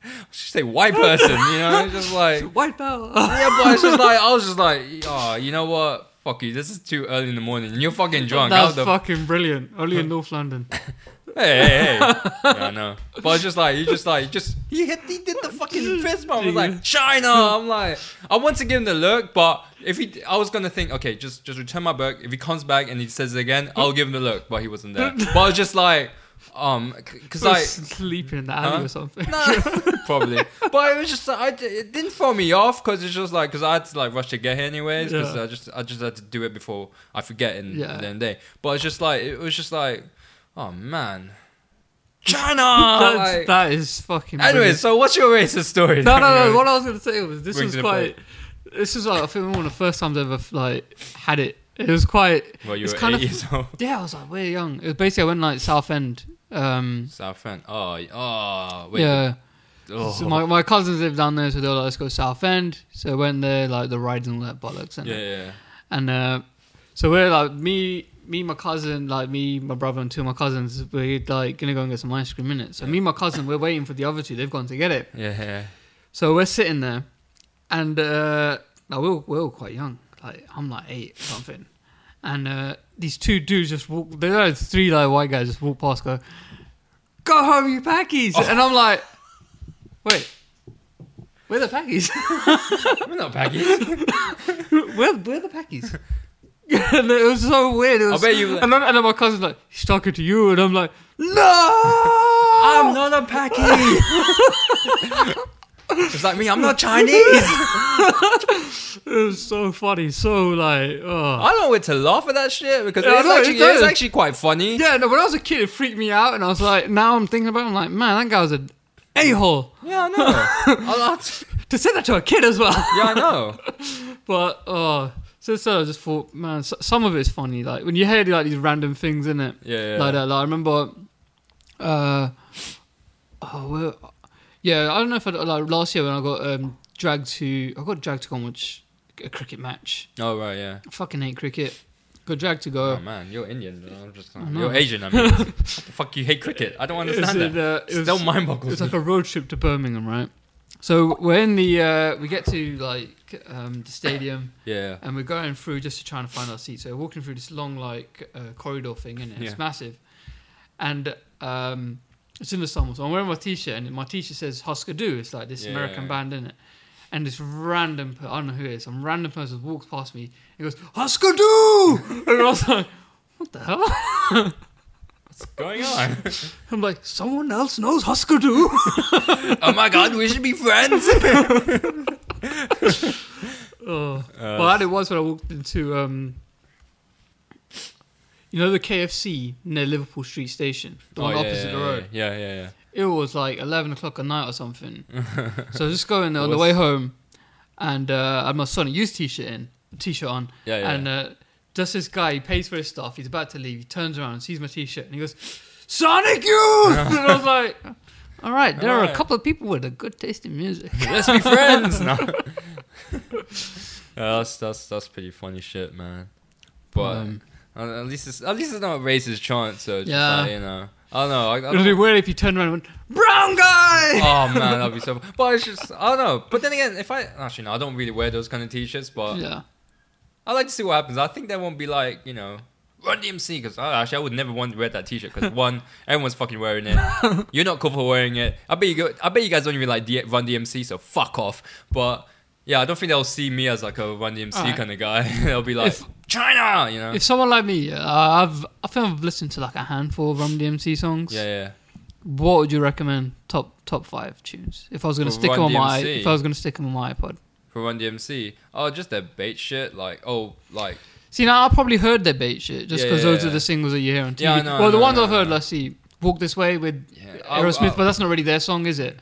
S2: I should say white person. You know, just like
S1: White [laughs] power.
S2: yeah, but it's just like I was just like, oh, you know what? Fuck you. This is too early in the morning. You're fucking drunk. How
S1: That's
S2: Oh, the
S1: fucking brilliant. Only
S2: [laughs]
S1: in North London. [laughs]
S2: Hey, hey, hey. yeah, I know. But it's just like, you just like, just, he hit, he did the fucking fist bump. I was like, China. I'm like, I want to give him the look, but if he, I was going to think, okay, just, just return my book. If he comes back and he says it again, I'll give him the look, but he wasn't there. But I was just like, um, c- cause
S1: Like
S2: like,
S1: sleeping in the alley
S2: Huh?
S1: or
S2: [laughs]
S1: something.
S2: no, probably. But it was just, I, it didn't throw me off because it's just like, because I had to like rush to get here anyways. Because
S1: Yeah.
S2: I just, I just had to do it before I forget in
S1: Yeah.
S2: the end day. But it's just like, it was just like,
S1: [laughs]
S2: oh man, China.
S1: That's,
S2: like-
S1: that is fucking.
S2: anyway,
S1: brilliant.
S2: so what's your racist story?
S1: No,
S2: [laughs]
S1: no, no. What I was gonna say was this
S2: Bring
S1: was
S2: to the
S1: quite. This was like I think one of the first times I ever like had it. It was quite.
S2: Well, you
S1: it's
S2: were eight
S1: kind of-
S2: years old.
S1: Yeah, I was like way young. It was basically I went like South End. Um,
S2: South End. Oh, y- oh, wait.
S1: yeah.
S2: Oh.
S1: So my, my cousins live down there, so they were like, let's go South End. So I went there, like the rides and all that bollocks. And,
S2: yeah, yeah.
S1: and uh, so we're like, me, me, my cousin, like me, my brother, and two of my cousins, we're like gonna go and get some ice cream in it. So me and my cousin, we're waiting for the other two. They've gone to get it.
S2: Yeah, yeah.
S1: So we're sitting there, and uh, now we're, we're all quite young. Like I'm like eight or something, and uh, these two dudes just walk. There are three like white guys just walk past, go, "Go home, you packies,"
S2: Oh.
S1: and I'm like, "Wait, we're the packies. [laughs]
S2: We're not baggies.
S1: we're, we're the packies." [laughs] and it was so weird. It was,
S2: bet you-
S1: And then, and then my cousin's like, "She's talking to you," and I'm like, "No."
S2: I'm not a
S1: [laughs]
S2: packie. it's like me. I'm
S1: [laughs]
S2: not Chinese.
S1: It was so funny. So like, oh.
S2: I don't know where to laugh at that shit because
S1: Yeah, I
S2: it's,
S1: know,
S2: actually,
S1: it does.
S2: it's actually quite funny.
S1: Yeah, no, when I was a kid, it freaked me out, and I was like, now I'm thinking about it, I'm like, man, that guy was an a hole.
S2: Yeah, I know. [laughs] I, I-
S1: To say that to a kid as well. [laughs]
S2: yeah, I know.
S1: But, oh, since then, I just thought, man, s some of it's funny. Like, when you hear like these random things in it,
S2: Yeah, yeah.
S1: like that. Like, I remember, uh, oh, where, yeah, I don't know if I, like last year when I got um, dragged to, I got dragged to go and watch a cricket match.
S2: Oh right, yeah.
S1: I fucking hate cricket. Got dragged to go.
S2: Oh man, you're Indian. I'm just.
S1: Uh, I know.
S2: You're Asian. I mean,
S1: [laughs]
S2: What the fuck you hate cricket. I don't understand
S1: It was in,
S2: that.
S1: uh, it was-
S2: Still mind
S1: It was
S2: boggles.
S1: like a road trip to Birmingham, right? So we're in the uh, we get to like um, the stadium
S2: yeah.
S1: [laughs] and we're going through just to try and find our seat. So we're walking through this long like uh, corridor thing, and
S2: Yeah.
S1: it's massive, and um, it's in the summer. So I'm wearing my t-shirt, and my t-shirt says Husker Du. It's like this
S2: Yeah,
S1: American
S2: yeah.
S1: band in it. And this random, per- I don't know who it is, some random person walks past me and goes, Husker Du! [laughs] and I was like, what the hell?
S2: What's going on? [laughs]
S1: I'm like, someone else knows Husker Du? [laughs]
S2: oh my god, we should be friends.
S1: Oh.
S2: Uh,
S1: well, that it was when I walked into, um, you know, the KFC near Liverpool Street Station, the one opposite
S2: oh, yeah,
S1: the road.
S2: Yeah, yeah, yeah.
S1: It was like 11 o'clock at night or
S2: [laughs]
S1: something. so I was just going there
S2: It
S1: on the
S2: was-
S1: way home, and uh, I had my Sonic Youth t shirt in, t shirt on.
S2: Yeah, yeah.
S1: And uh, just this guy, he pays for his stuff, he's about to leave, he turns around, sees my t shirt, and he goes, Sonic Youth! [laughs] and I was like, all right, there are
S2: Alright.
S1: a couple of people with a good taste in
S2: [laughs]
S1: music.
S2: Let's
S1: [laughs]
S2: be friends. no. Yeah, [laughs] that's that's that's pretty funny shit, man. But
S1: Um,
S2: uh, at least it's at least it's not a racist chant, so it's
S1: Yeah.
S2: just like, you know. I don't know. I, I
S1: It would be
S2: don't-
S1: weird if you turned around and went, Brown guy!
S2: [laughs] oh man, that'd be so. But it's just I don't know. But then again, if I actually no, I don't really wear those kind of t-shirts. But
S1: Yeah.
S2: I like to see what happens. I think that won't be like you know. Run DMC because I, actually I would never want to wear that T-shirt because one, [laughs] everyone's fucking
S1: [laughs]
S2: wearing it. You're not cool for wearing it. I bet you go, I bet you guys don't even like D- Run DMC, so fuck off. But yeah, I don't think they'll see me as like a Run DMC
S1: Alright.
S2: kind of guy. [laughs] they'll be like
S1: If-
S2: China, you know.
S1: If someone like me, uh, I've I think I've listened to like a handful of Run DMC songs.
S2: yeah, yeah.
S1: What would you recommend top top five tunes if I was gonna
S2: For
S1: stick them on
S2: Run
S1: my
S2: DMC?
S1: if I was gonna stick them on my iPod?
S2: For Run DMC, oh, just their bait shit. Like oh, like
S1: See now I probably heard their bait shit just
S2: Yeah,
S1: because
S2: yeah,
S1: those
S2: yeah.
S1: are the singles that you hear on TV.
S2: Yeah, I know, I
S1: well, the
S2: know,
S1: ones
S2: I know,
S1: I've heard,
S2: I know.
S1: let's see, Walk This Way with
S2: Yeah.
S1: Aerosmith,
S2: I- I-
S1: but that's not really their song, is it?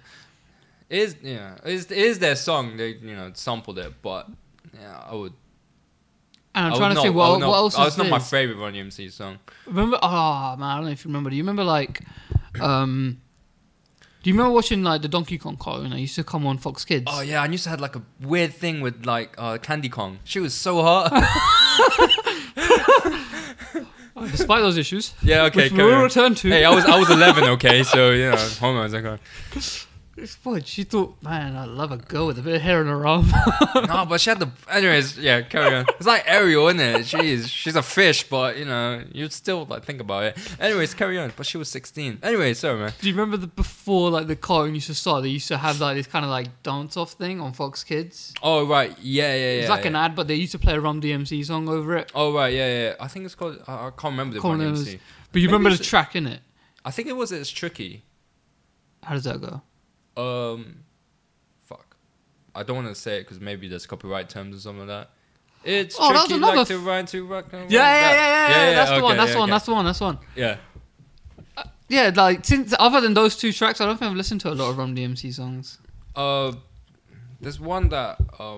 S2: it is yeah, it is, it is their song. They you know sampled it, but yeah, I would.
S1: And I'm
S2: I would
S1: trying to
S2: not-
S1: think
S2: I
S1: what,
S2: would not-
S1: what else
S2: oh,
S1: is
S2: It's not my
S1: this?
S2: favorite Run DMC song.
S1: Remember? Ah, man, I don't know if you remember. Do you remember like, um, do you remember watching like the Donkey Kong cartoon? I used to come on Fox Kids.
S2: Oh yeah, I used to have like a weird thing with like uh, Candy Kong. She was
S1: [laughs]
S2: so hot.
S1: Despite those issues,
S2: yeah, okay.
S1: which
S2: carry
S1: we'll
S2: on.
S1: return to.
S2: Hey, I was I was 11, okay,
S1: [laughs]
S2: so you know hormones. Okay.
S1: What she thought? Man, I love a girl with a bit of hair on her [laughs] arm.
S2: No, but she had the. Anyways, yeah, carry on. It's like Ariel, isn't it? She's she's a fish, but you know you'd still like think about it. Anyways, carry on. But she was 16. Anyway, sorry man.
S1: do you remember the before like the cartoon used to start? They used to have like this kind of like dance off thing on Fox Kids.
S2: Oh right, yeah, yeah, yeah.
S1: it's like
S2: yeah.
S1: an ad, but they used to play a Rum DMC song over it.
S2: Oh right, yeah, yeah, yeah. I think it's called. I, I can't remember the
S1: Can't
S2: one
S1: remember.
S2: MC.
S1: But you
S2: Maybe
S1: remember the
S2: it's a-
S1: track in it?
S2: I think it was. It's tricky.
S1: How does that go?
S2: Um, fuck. I don't want to say it because maybe there's copyright terms or something like that. It's
S1: Oh, that was
S2: tricky
S1: another
S2: like to rhyme to rock and roll.
S1: Yeah, yeah, yeah, yeah,
S2: That-
S1: yeah. That's the one.
S2: okay,
S1: That's the
S2: yeah,
S1: one.
S2: okay.
S1: That's the one. That's the one.
S2: yeah.
S1: Yeah, like since other than those two tracks, I don't think I've listened to a lot of Rum DMC songs.
S2: Uh, there's one that uh,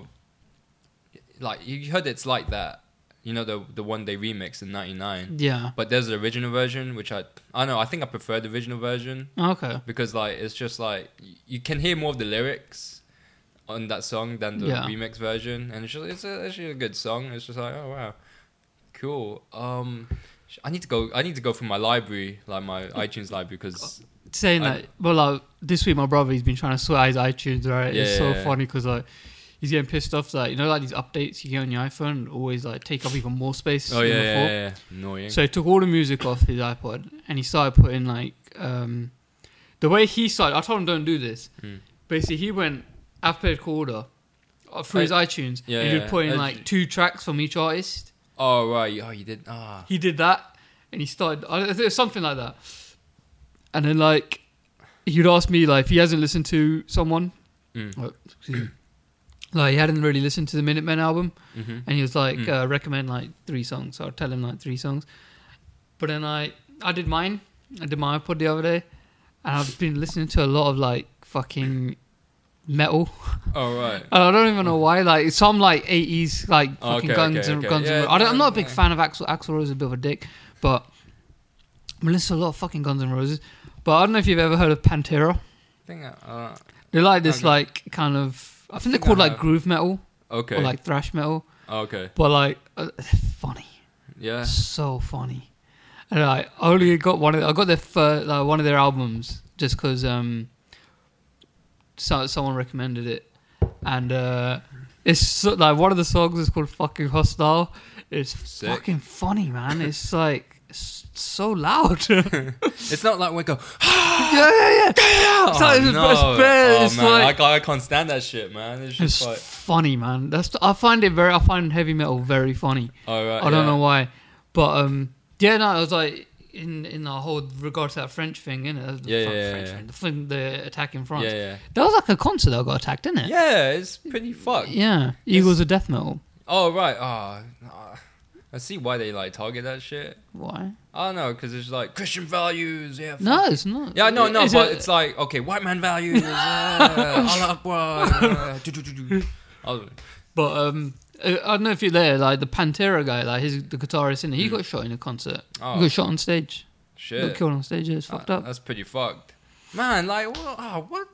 S2: like you heard it's like that. You know the the one they remixed in '99.
S1: Yeah.
S2: But there's the original version, which I I don't know. I think I prefer the original version.
S1: Okay.
S2: because like it's just like y- you can hear more of the lyrics on that song than the
S1: Yeah.
S2: remix version, and it's just, it's a, actually a good song. It's just like oh wow, cool. Um, sh- I need to go. I need to go through my library, like my iTunes library,
S1: Oh,
S2: because
S1: Saying
S2: I-
S1: that, well, like this week my brother he's been trying to swear his iTunes. Right, it's
S2: Yeah,
S1: so
S2: yeah, yeah.
S1: funny because like he's getting pissed off that you know like these updates you get on your iPhone always like take up even more space.
S2: oh
S1: than
S2: yeah, yeah,
S1: before.
S2: yeah, yeah. annoying.
S1: So he took all the music off his iPod and he started putting like um, the way he started. I told him don't do this.
S2: Hmm.
S1: Basically, he went alphabetical order uh, through
S2: I-
S1: his iTunes.
S2: Yeah,
S1: and he
S2: yeah,
S1: would put in
S2: yeah.
S1: like two tracks from each artist.
S2: oh right, oh you did. Ah,
S1: He did that and he started. I think it was something like that. And then like he'd ask me like if he hasn't listened to someone, [clears throat]
S2: Mm.
S1: like, excuse me, like he hadn't really listened to the Minutemen album
S2: hmm
S1: and he was like
S2: Mm.
S1: uh, recommend like three songs so i'll tell him like three songs but then i i did mine i did my ipod the other day and i've been listening to a lot of like fucking metal
S2: oh right.
S1: And i don't even know why like some like 80s like
S2: Oh,
S1: fucking
S2: okay,
S1: guns
S2: okay,
S1: and
S2: okay.
S1: guns and
S2: Yeah,
S1: I don't, i'm not a
S2: yeah,
S1: big
S2: yeah.
S1: fan of axel axel rose is a bit of a dick but i'm listening to a lot of fucking guns and roses but i don't know if you've ever heard of pantera
S2: I think I,
S1: they're like this
S2: Okay.
S1: like kind of i think they're
S2: think I
S1: called like
S2: have.
S1: groove metal
S2: uh, okay.
S1: or like thrash metal
S2: okay.
S1: but like uh, [sighs] funny
S2: Yeah.
S1: so funny. And I only got one of I got their fir- like one of their albums just because um, so, someone recommended it, and uh, it's so, like one of the songs is called "Fucking Hostile." It's
S2: Sick.
S1: fucking funny, man. It's like s- so loud. [laughs] yeah, yeah,
S2: It's not like
S1: [laughs]
S2: we go. [laughs]
S1: yeah.
S2: Oh,
S1: So it's- it's
S2: no.
S1: bad,
S2: Oh,
S1: it's
S2: man,
S1: like-
S2: I, ca- I can't stand that shit, man. It's
S1: It's
S2: just like,
S1: funny, man. That's I find it very. I find heavy metal very funny.
S2: all right.
S1: I don't
S2: yeah.
S1: know why, but um, yeah, no, I was like in in the whole regard to that French thing, innit? The
S2: Yeah,
S1: fuck-
S2: yeah,
S1: French
S2: yeah.
S1: thing, the, thing- the attack in France.
S2: Yeah, yeah.
S1: That was like a concert that got attacked, didn't it?
S2: Yeah,
S1: [laughs]
S2: it's pretty fucked.
S1: Yeah, Eagles of death metal.
S2: Oh right, ah, nah. I see why they like target that shit.
S1: Why?
S2: I don't know, because it's like Christian values, yeah. fuck.
S1: No, it's not.
S2: Yeah, no, no,
S1: Is
S2: but
S1: it-
S2: it's like okay, white
S1: [laughs]
S2: man values, uh, yeah, Allah Akbar, yeah, uh, do, do, do, do. Oh,
S1: But um, I I don't know if you're there. Like the Pantera guy, like his the guitarist in it, he got shot in a concert. He
S2: Hmm. oh,
S1: got shot on stage. He Got
S2: shit,
S1: killed on stage. yeah, It's
S2: Ah,
S1: fucked up.
S2: That's pretty fucked, man. Like, what? ah, what?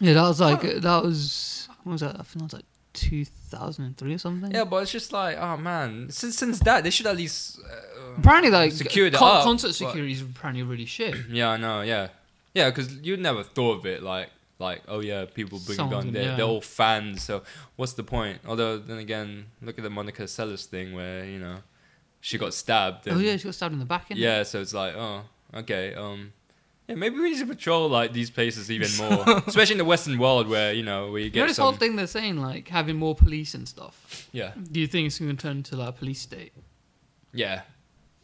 S1: Yeah, that was
S2: uh,
S1: like that was what was that? I think that was like 2003 or something.
S2: Yeah, but it's just like, oh man, since since that they should at least. Uh,
S1: Apparently, like
S2: Secure that
S1: con-
S2: up,
S1: concert
S2: but-
S1: security is apparently really shit.
S2: Yeah, I know. Yeah, yeah, because you never thought of it like like oh yeah, people bring a
S1: Someone's
S2: gun.
S1: in-
S2: They're,
S1: yeah.
S2: they're all fans. So what's the point? Although then again, look at the Monica Seles thing where you know she got stabbed. And,
S1: Oh yeah, she got stabbed in the back. innit?
S2: yeah. So it's like oh okay um. Yeah, maybe we need to patrol like these places
S1: [laughs]
S2: even more, especially in the Western world where you know we
S1: You know
S2: get
S1: this
S2: some.
S1: whole thing they're saying, like having more police and stuff.
S2: Yeah,
S1: Do you think it's going to turn into like a police state?
S2: yeah,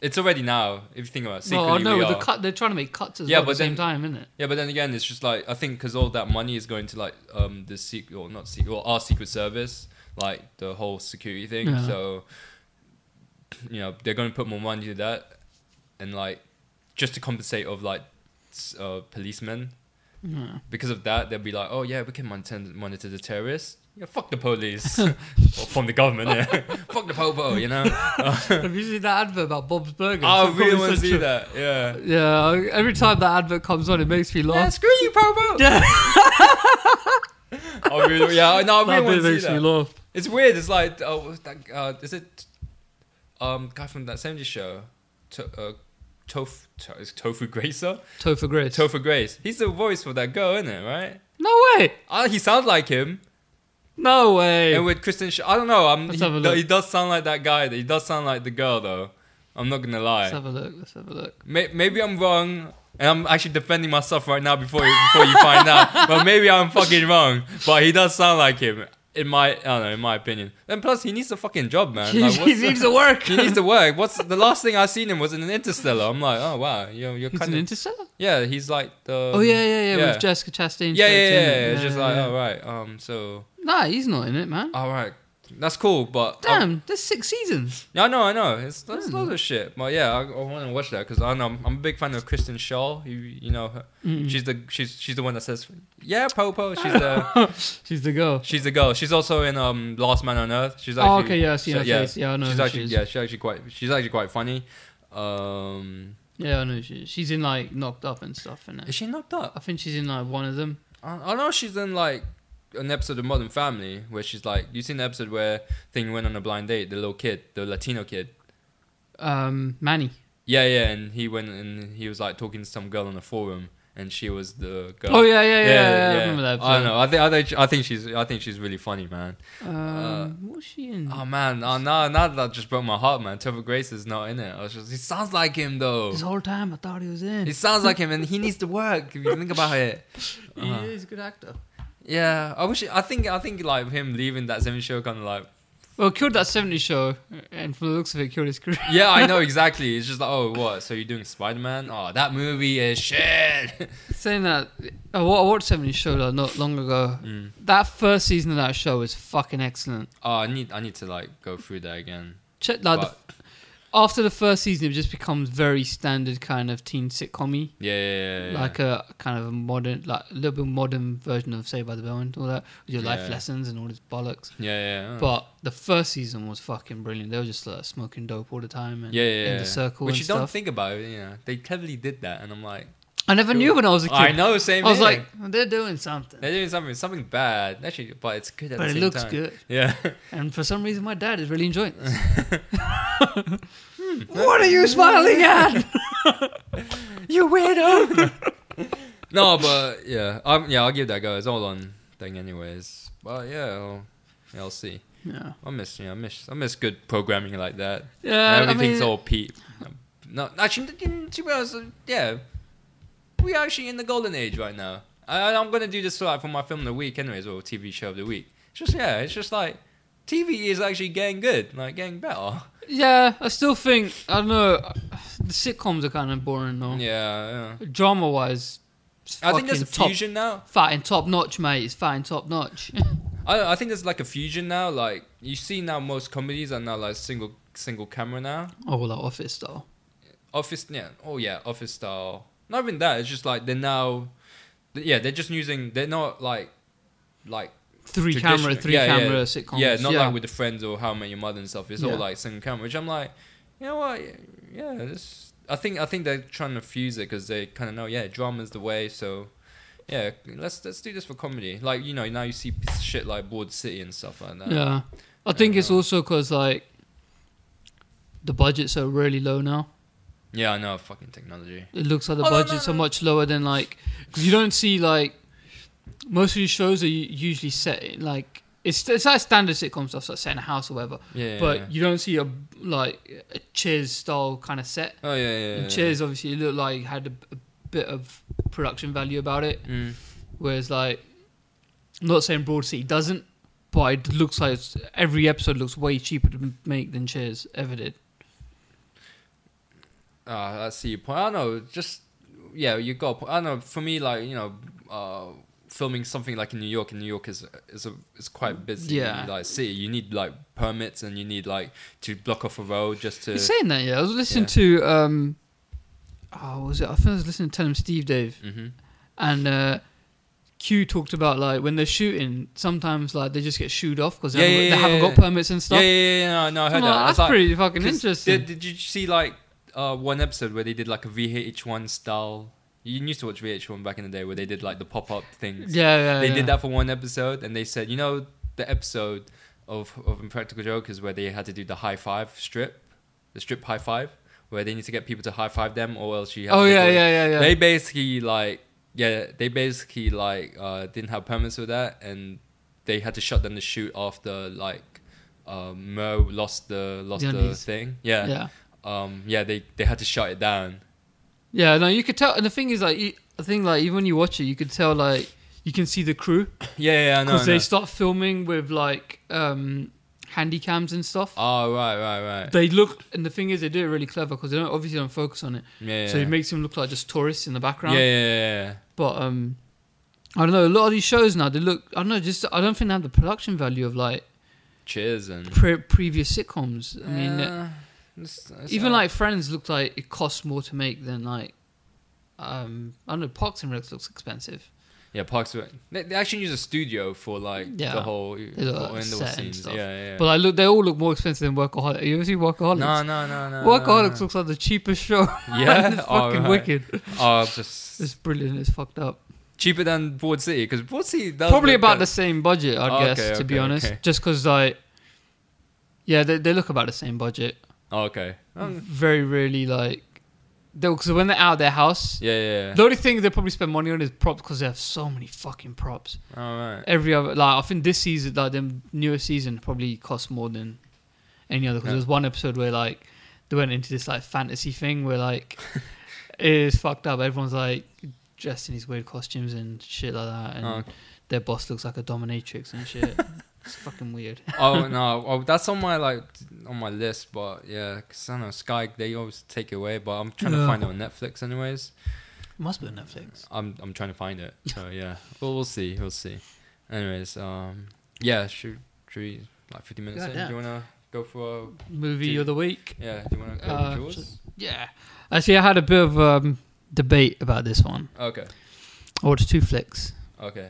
S2: it's already now. If you think about it,
S1: No,
S2: secretly
S1: well, oh, no,
S2: we
S1: with
S2: are.
S1: the cut, they're trying to make cuts as
S2: Yeah,
S1: well
S2: but
S1: at the same
S2: then-
S1: time,
S2: [laughs]
S1: isn't it?
S2: Yeah, but then again, it's just like I think because all that money is going to like um the secret or not secret or our secret service, like the whole security thing.
S1: Yeah.
S2: So you know they're going to put more money to that, and like just to compensate of like s- uh, policemen
S1: Yeah.
S2: because of that they'll be like, oh
S1: [laughs]
S2: yeah, [laughs] we can monitor monitor the terrorists. Yeah, fuck the police or from the government. Yeah. fuck the popo, you know?
S1: Have you seen that advert about Bob's Burgers?
S2: I
S1: It's
S2: really
S1: probably
S2: want to
S1: such
S2: Oh, see
S1: a-
S2: that. Yeah.
S1: Yeah, every time that advert comes on, it makes me
S2: Yeah,
S1: laugh.
S2: screw you, Popo.
S1: [laughs] Yeah,
S2: I Oh, really, yeah, no, I
S1: that
S2: really want
S1: bit
S2: to
S1: makes
S2: see
S1: me
S2: that.
S1: laugh.
S2: It's weird. It's like, uh, what's that, uh, is it um guy from that 70s show, to, uh, Tof, to, is Tofu Gracer?
S1: Topher Grace.
S2: Tofu Grace. He's the voice for that girl, isn't it? Right?
S1: no way.
S2: Uh, he sounds like him.
S1: No way.
S2: And with Kristen, Sch- I don't know. I'm,
S1: Let's
S2: he,
S1: have a
S2: do-
S1: look.
S2: he does sound like that guy. He does sound like the girl, though. I'm not gonna
S1: Let's
S2: lie.
S1: have a look. Let's have a look.
S2: May, maybe I'm wrong, and I'm actually defending myself right now before you, before you
S1: [laughs]
S2: find out. But maybe I'm fucking wrong. But he does sound like him. In my, I don't know, in my opinion. And plus, he needs a fucking job,
S1: [laughs]
S2: man.
S1: He,
S2: Like,
S1: he
S2: what's the-
S1: needs to work.
S2: [laughs] he needs to work. What's the last thing I seen him was in an Interstellar. I'm like, oh wow, you're, you're
S1: He's
S2: kind
S1: an
S2: of
S1: interstellar.
S2: yeah. He's like the
S1: oh yeah, yeah, yeah,
S2: Um, yeah.
S1: With Jessica Chastain.
S2: yeah yeah
S1: character,
S2: yeah.
S1: isn't it?
S2: yeah. It's just like
S1: yeah.
S2: all right, um, so
S1: Nah, he's not in it, man.
S2: all right, that's cool, but um,
S1: Damn, there's six seasons.
S2: Yeah, I know, I know. It's that's
S1: Mm.
S2: loads of shit. But yeah, I, I want to watch that because I know I'm, I'm a big fan of Kristen Shaw. You you know, her.
S1: Mm.
S2: she's the she's she's the one that says, "Yeah, Popo." She's the
S1: [laughs] She's the girl.
S2: she's the girl. She's also in um Last Man on Earth. She's actually,
S1: Oh, okay, yeah, I see
S2: so-
S1: her
S2: yeah,
S1: face. Yeah, I know
S2: she's
S1: who
S2: actually
S1: she is.
S2: yeah, she's actually quite she's actually quite funny. Um,
S1: Yeah, I know she. Is. She's in like knocked up and stuff, and
S2: is she knocked
S1: I
S2: up?
S1: think she's in like one of them.
S2: I, I know she's in like an episode of Modern Family where she's like, you seen the episode where thing went on a blind date, the little kid, the Latino kid.
S1: Um, Manny.
S2: Yeah, yeah, and he went and he was like talking to some girl on a forum, and she was the girl.
S1: Oh yeah, yeah, yeah. yeah, I remember that.
S2: I don't know. I think, I think I think she's I think she's really funny, man.
S1: know.
S2: Uh,
S1: Um, what's she in?
S2: Oh man, oh, now now that just broke my heart, man. Trevor Grace is not in it. I was just, he sounds like him though.
S1: This whole time I thought he was in.
S2: He sounds like him, and he needs to work. If you think about it,
S1: He
S2: uh-huh.
S1: is a good actor.
S2: yeah. I wish. I think. I think like him leaving that seven show kind of like.
S1: Well, killed that 70s show, and from the looks of it, killed his career. [laughs]
S2: Yeah, I know exactly. It's just like, oh, what? So you're doing Spider Man? Oh, that movie is shit. [laughs]
S1: Saying that, I wa- I watched 70s show like, not long ago.
S2: Mm.
S1: That first season of that show is fucking excellent.
S2: Oh, I need. I need to like go through that again.
S1: Check like the,
S2: But-
S1: after the first season, it just becomes very standard kind of teen sitcom
S2: Yeah, yeah, yeah, yeah.
S1: like a kind of a modern, like a little bit modern version of Saved by the Bell and all that, with your
S2: Yeah.
S1: life lessons and all this bollocks.
S2: yeah, yeah, yeah.
S1: But the first season was fucking brilliant. They were just like smoking dope all the time and
S2: yeah, yeah, yeah.
S1: in the circle
S2: which
S1: and
S2: you
S1: stuff.
S2: don't think about. You know, they cleverly did that, and I'm like,
S1: I never knew when I was a kid.
S2: I know, same.
S1: I was
S2: here.
S1: like, they're doing something,
S2: they're doing something, something bad, actually, but it's good at
S1: but
S2: the
S1: it
S2: same
S1: looks
S2: time.
S1: good.
S2: Yeah, [laughs]
S1: And for some reason, my dad is really enjoying this. [laughs] what are you smiling at?
S2: you weirdo. [laughs] no, but yeah, um, yeah, I'll give that a go. It's all on thing, anyways. But yeah, I'll, yeah, I'll see.
S1: Yeah,
S2: I miss, yeah, I miss, I miss good programming like that.
S1: yeah.
S2: And
S1: I
S2: everything's
S1: mean,
S2: all Pete. No, actually, to to be honest, uh, yeah, we're actually in the golden age right now. I, I'm gonna do this like for my film of the week, anyways, or TV show of the week. It's just yeah, it's just like TV is actually getting good, like getting better.
S1: yeah. I still think I don't know. The sitcoms are kind of boring though.
S2: Yeah, yeah.
S1: Drama wise,
S2: I think there's a
S1: top,
S2: fusion now.
S1: fat and top notch, mate. It's fat and top notch. [laughs]
S2: I, I think there's like a fusion now. Like you see now, most comedies are now like single single camera now.
S1: oh, well, that office style.
S2: office yeah oh yeah office style not even that it's just like they're now th- yeah they're just using they're not like like
S1: Three
S2: traditional-
S1: camera, three
S2: yeah,
S1: camera
S2: yeah,
S1: sitcoms.
S2: yeah not like with the friends or how i met your mother and stuff it's
S1: Yeah.
S2: all like single camera which i'm like you know what yeah this i think i think they're trying to fuse it because they kind of know yeah drama's the way so yeah let's let's do this for comedy like you know now you see p- shit like board city and stuff like that
S1: yeah. I think it's
S2: Yeah.
S1: also because like the budgets are really low now.
S2: yeah i know fucking technology
S1: it looks like the
S2: Oh, no, no,
S1: budgets
S2: no.
S1: are much lower than like because you don't see like most of these shows are u- usually set in, like it's it's like standard sitcom stuff, so like set in a house or whatever.
S2: yeah
S1: but
S2: yeah.
S1: you don't see a like a Cheers style kind of set.
S2: oh yeah yeah, yeah,
S1: and Cheers obviously looked like had a, a bit of production value about it,
S2: Mm.
S1: whereas like I'm not saying Broad City doesn't, but it looks like it's, every episode looks way cheaper to m- make than Cheers ever did.
S2: Uh, I see your point. I don't know. Just yeah, you got. a point. I don't know. For me, like you know, uh, filming something like in New York. In New York is is a is quite busy.
S1: Yeah.
S2: Like city, you need like permits and you need like to block off a road just to.
S1: He's saying that, yeah. I was listening to um,
S2: mm-hmm.
S1: oh, what was it? I think I was listening to Tell Him Steve Dave,
S2: Mhm.
S1: and uh, Q talked about like when they're shooting, sometimes like they just get shooed off because
S2: Yeah,
S1: they, haven't-
S2: yeah,
S1: they
S2: yeah,
S1: haven't
S2: yeah,
S1: got
S2: yeah.
S1: permits and
S2: Yeah,
S1: stuff.
S2: yeah, yeah, yeah, no, no, I heard
S1: I'm
S2: that.
S1: like,
S2: I was
S1: that's
S2: like,
S1: pretty fucking
S2: 'cause
S1: interesting.
S2: Did, did you see like uh, one episode where they did like a VH1 style? You used to watch VH1 back in the day where they did like the pop up things.
S1: yeah, yeah,
S2: they
S1: yeah.
S2: did that for one episode, and they said, you know, the episode of of Impractical Jokers where they had to do the high five strip, the strip high five, where they need to get people to high five them, or else you. Have
S1: Oh
S2: to
S1: yeah,
S2: do it.
S1: yeah, yeah, yeah.
S2: They basically like yeah, they basically like uh, didn't have permits for that, and they had to shut down the shoot after like um, Mo lost the lost
S1: The
S2: the,
S1: undies.
S2: thing. Yeah.
S1: yeah,
S2: Um. Yeah. They they had to shut it down.
S1: yeah. No, you could tell. And the thing is, like, you, I think like even when you watch it, you could tell like you can see the crew
S2: Yeah. Yeah. yeah, I know.
S1: because
S2: I
S1: they
S2: know.
S1: start filming with like um handy cams and stuff.
S2: Oh right, right, right.
S1: They look, and the thing is, they do it really clever because they don't obviously don't focus on it,
S2: Yeah.
S1: so
S2: yeah.
S1: it makes them look like just tourists in the
S2: yeah,
S1: background.
S2: yeah, yeah, yeah.
S1: But um, I don't know. A lot of these shows now, they look. I don't know. Just I don't think they have the production value of like
S2: Cheers and.
S1: pre- previous sitcoms. I mean,
S2: Uh, it's- it's
S1: even
S2: all-
S1: like Friends looked like it costs more to make than like. Um, I don't know. Parks and Rec looks expensive.
S2: yeah, Parks. and Rec- They, they actually use a studio for like
S1: Yeah.
S2: the whole
S1: look
S2: whole
S1: like
S2: indoor
S1: set and
S2: scenes. Yeah,
S1: stuff.
S2: yeah.
S1: But I look, they all look more expensive than Workaholics. You ever see Workaholics?
S2: no, no, no, no.
S1: Workaholics
S2: no,
S1: looks like the cheapest show. [laughs]
S2: no. [laughs] Yeah,
S1: it's
S2: all
S1: fucking
S2: right.
S1: wicked.
S2: Oh, just
S1: It's brilliant. It's fucked up.
S2: cheaper than Broad City because Broad City does
S1: Probably
S2: look
S1: about
S2: at-
S1: the same budget, I'd
S2: Oh,
S1: guess.
S2: okay,
S1: to be
S2: okay,
S1: honest,
S2: okay.
S1: just because like, yeah, they they look about the same budget.
S2: Oh, okay. Um,
S1: very rarely like because when they're out of their house
S2: yeah, yeah.
S1: the only thing they probably spend money on is props because they have so many fucking props
S2: All right.
S1: every other like i think this season like the newest season probably cost more than any other because
S2: Yeah.
S1: there was one episode where like they went into this like fantasy thing where like [laughs] it's fucked up everyone's like dressed in these weird costumes and shit like that and
S2: Oh.
S1: their boss looks like a dominatrix and
S2: [laughs]
S1: shit it's fucking weird
S2: oh no, oh, that's on my like on my list, but yeah, because I don't know Sky they always take it away, but I'm trying to
S1: Yeah.
S2: find it on Netflix anyways.
S1: must be on netflix
S2: I'm I'm trying to find it, so yeah. Well, we'll see, we'll see. Anyways, um, yeah, should, should we like 50 minutes in?
S1: Goddamn.
S2: Do you wanna go for a,
S1: movie
S2: Dude.
S1: of the week
S2: yeah? Do you wanna go
S1: Uh,
S2: with yours?
S1: Yeah. Actually, I had a bit of um, debate about this one.
S2: Okay,
S1: I watched two flicks.
S2: okay.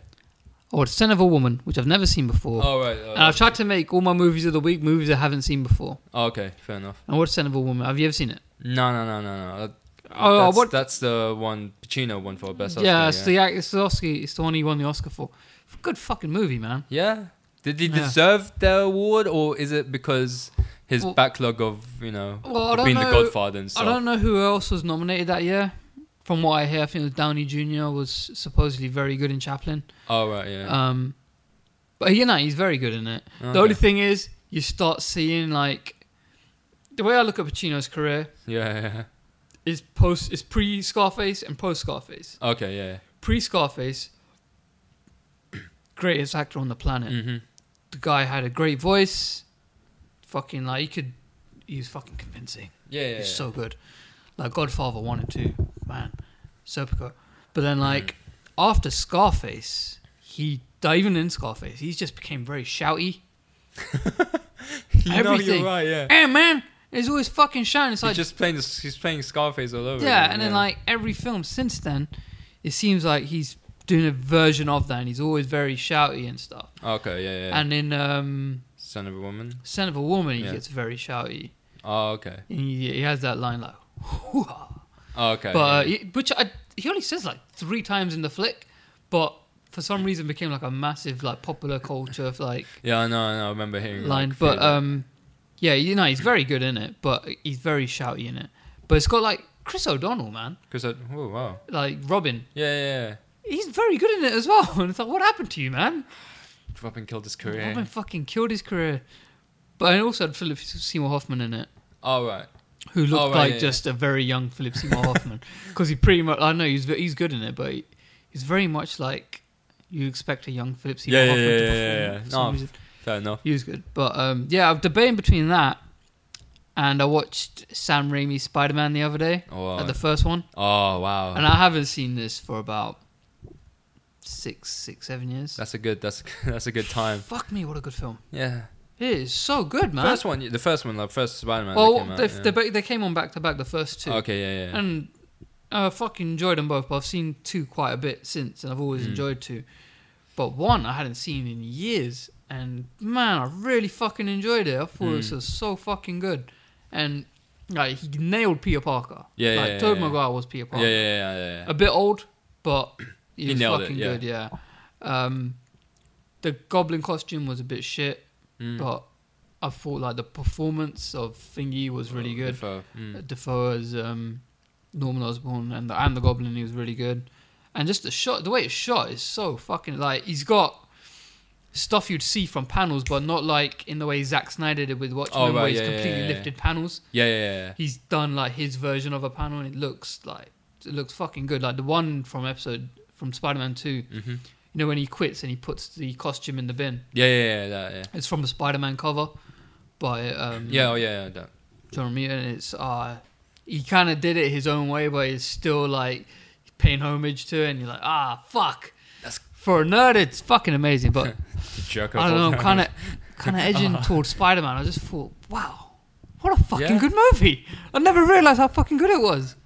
S1: I watched Son of a Woman, which I've never seen before.
S2: All right. oh,
S1: and I've tried to make all my movies of the week movies I haven't seen before.
S2: oh, okay, fair enough.
S1: And I watched Son of a Woman. Have you ever seen it?
S2: No, no, no, no, no.
S1: Oh,
S2: that's,
S1: what-
S2: that's the one Pacino won for best. Oscar,
S1: yeah, it's the act- it's the Oscar. It's the one he won the Oscar for. Good fucking movie, man.
S2: Yeah. Did he
S1: Yeah.
S2: deserve the award, or is it because his
S1: Well-
S2: backlog of you know
S1: Well, I
S2: of
S1: don't
S2: being the
S1: know-
S2: Godfather and stuff?
S1: I don't know who else was nominated that year. From what I hear, I think it was Downey Jr. was supposedly very good in Chaplin.
S2: oh right, yeah.
S1: Um, but you know, he's very good in it.
S2: Okay.
S1: Uh, The only thing is, you start seeing like the way I look at Pacino's career
S2: yeah, yeah,
S1: is post is pre Scarface and post Scarface.
S2: yeah. Okay, yeah.
S1: Pre Scarface, greatest actor on the planet.
S2: Mm-hmm.
S1: The guy had a great voice. Fucking like he could, he was fucking convincing.
S2: Yeah, yeah.
S1: He's
S2: yeah.
S1: so good. Like Godfather one and two, man, Serpico. But then
S2: Mm.
S1: like after Scarface, he even in Scarface, he just became very shouty.
S2: [laughs] you know
S1: everything.
S2: you're right. Yeah.
S1: Hey man, he's always fucking shouting. It's
S2: He's
S1: like
S2: just playing. This, he's playing Scarface all over.
S1: yeah,
S2: again,
S1: and then like every film since then, it seems like he's doing a version of that, and he's always very shouty and stuff.
S2: Okay, yeah, yeah.
S1: And in um,
S2: Son of a Woman.
S1: Son of a Woman, he
S2: Yeah.
S1: gets very shouty,
S2: Oh, okay.
S1: and he, he has that line like, "Hoo-ha."
S2: Oh, okay.
S1: but uh,
S2: yeah.
S1: he, which I, he only says like three times in the flick, but for some reason became like a massive like popular culture [laughs] of, like
S2: yeah, I know, I know. I remember hearing like,
S1: line. But
S2: feedback.
S1: um, yeah, you know he's very good in it, but he's very shouty in it. But it's got like Chris O'Donnell, man,
S2: 'Cause I, oh wow.
S1: like Robin.
S2: Yeah, yeah. yeah.
S1: he's very good in it as well. [laughs] And it's like, what happened to you, man?
S2: Robin killed his career.
S1: Robin fucking killed his career. But I also had Philip Seymour Hoffman in it,
S2: All Oh, right.
S1: who looked
S2: Oh, right,
S1: like
S2: yeah,
S1: just a very young Philip Seymour
S2: [laughs]
S1: Hoffman, because he pretty much I know he's ve- he's good in it, but he, he's very much like you expect a young Philip Seymour
S2: Yeah, yeah,
S1: Hoffman
S2: yeah,
S1: to
S2: yeah,
S1: perform.
S2: yeah,
S1: for
S2: yeah.
S1: some
S2: No.
S1: reason.
S2: Fair enough.
S1: He was good, but um, yeah, I'm debating between that and I watched Sam Raimi's Spider Man the other day,
S2: Oh, wow.
S1: like the first one,
S2: oh wow.
S1: and I haven't seen this for about six, six, seven years.
S2: That's a good. That's [laughs] that's a good time.
S1: Fuck me, what a good film.
S2: Yeah.
S1: It is so good, man.
S2: First one, the first one, like first Spider Man.
S1: well,
S2: out,
S1: they,
S2: yeah. Oh,
S1: they, ba- they came on back to back the first two,
S2: Okay, yeah, yeah.
S1: and I fucking enjoyed them both, but I've seen two quite a bit since, and I've always
S2: Hmm.
S1: enjoyed two. But one I hadn't seen in years, and man, I really fucking enjoyed it. I thought
S2: Hmm.
S1: this was so fucking good, and like he nailed Peter Parker.
S2: Yeah,
S1: like
S2: yeah,
S1: Tobey
S2: yeah, yeah.
S1: Maguire was Peter
S2: Yeah,
S1: Parker.
S2: yeah, yeah, yeah. yeah.
S1: A bit old, but he,
S2: He
S1: was
S2: nailed it,
S1: fucking
S2: yeah.
S1: good. Yeah. Um, the goblin costume was a bit shit,
S2: Mm. Hmm.
S1: but I thought like the performance of Thingy was really good.
S2: For- mm.
S1: Defoe as um, Norman Osborn and the, and the Goblin. He was really good, and just the shot, the way it's shot is so fucking like he's got stuff you'd see from panels, but not like in the way Zack Snyder did with Watchmen,
S2: Oh, right,
S1: where he's
S2: yeah, yeah,
S1: completely
S2: yeah, yeah.
S1: lifted panels.
S2: yeah, yeah, yeah.
S1: He's done like his version of a panel, and it looks like it looks fucking good. Like the one from episode from Spider-Man Two,
S2: Mhm.
S1: you know when he quits and he puts the costume in the bin.
S2: Yeah, yeah, yeah, that, yeah.
S1: It's from the Spider-Man cover, by um,
S2: Yeah, oh yeah, yeah, that.
S1: John Romita, and it's uh, he kind of did it his own way, but it's still like paying homage to it, and you're like, ah, fuck.
S2: That's-
S1: for a nerd, it's fucking amazing.
S2: [laughs]
S1: But
S2: Jerk
S1: I don't know,
S2: off.
S1: I'm kind of
S2: [laughs]
S1: kind of edging towards Spider Man. I just thought, wow, what a fucking
S2: Uh-huh. Yeah.
S1: good movie! I never realized how fucking good it was.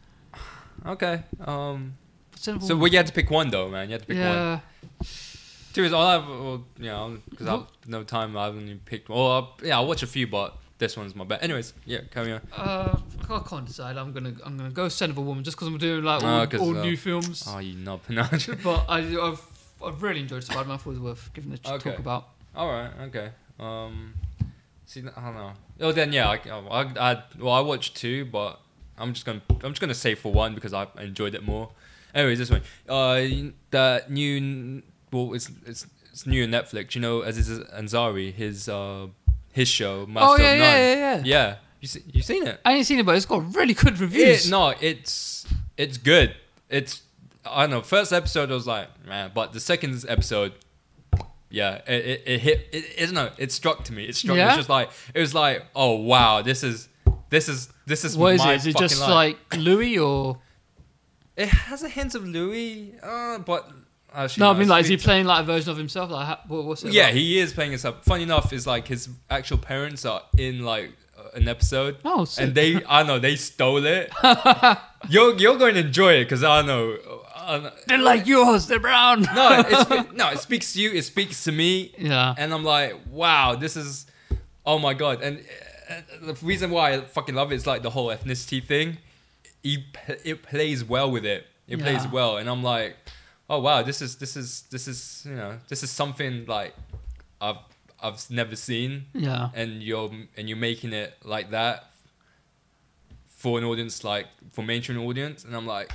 S2: Okay. Um.
S1: Simple-
S2: So well, you had to pick one though, man. You had to pick one.
S1: yeah,
S2: Two is all I've, well, you know, because I've no time. I haven't even picked. Well, I'll, yeah, I'll watch a few, but this one's my best. Anyways, yeah, carry on.
S1: uh, I can't decide. I'm gonna I'm gonna go Son of a Woman just because I'm doing like
S2: Ah,
S1: all,
S2: 'cause,
S1: all
S2: uh,
S1: new films.
S2: Oh, you knob. [laughs] No, I'm just-
S1: But I, I've I've really enjoyed Spider Man. Thought it was worth giving a ch-
S2: Okay.
S1: talk about.
S2: all right, okay. Um, see, I don't know. Oh, then yeah, I, I, I, well, I watched two, but I'm just gonna, I'm just gonna say for one because I enjoyed it more. Anyways, this one, uh, the new, well, it's it's it's new on Netflix. You know, Aziz Ansari, his uh, his show,
S1: Oh
S2: Master
S1: yeah,
S2: of
S1: yeah,
S2: None.
S1: yeah, yeah.
S2: yeah. You see, you seen it?
S1: I ain't seen it, but it's got really good reviews.
S2: It, no, it's it's good. It's I don't know. First episode I was like, man, but the second episode, yeah, it, it, it hit. It, it, no, it struck to me. It struck. me. It
S1: Yeah?
S2: was just like it was like, oh wow, this is this is this is
S1: what is
S2: my
S1: it? Is it
S2: fucking
S1: just
S2: life.
S1: like Louis
S2: [laughs]
S1: or
S2: it has a hint of Louis, uh, but actually,
S1: no? I mean, like, is he
S2: it's-
S1: playing like a version of himself? Like, ha- what, what's it?
S2: Yeah,
S1: about?
S2: he is playing himself. Funny enough, is like his actual parents are in like uh, an episode.
S1: Oh, sick.
S2: and they I know they stole it. [laughs] you're you're going to enjoy it because I know. I know-
S1: they're like yours. They're brown.
S2: No, it spe- no, it speaks to you. It speaks to me,
S1: [laughs] yeah.
S2: and I'm like, wow, this is, oh my god. And uh, the reason why I fucking love it is like the whole ethnicity thing. He p- it plays well with it. It plays
S1: Yeah.
S2: well, and I'm like, oh wow, this is this is this is you know this is something like I've I've never seen
S1: yeah.
S2: and you're and you're making it like that for an audience like for mainstream audience and i'm like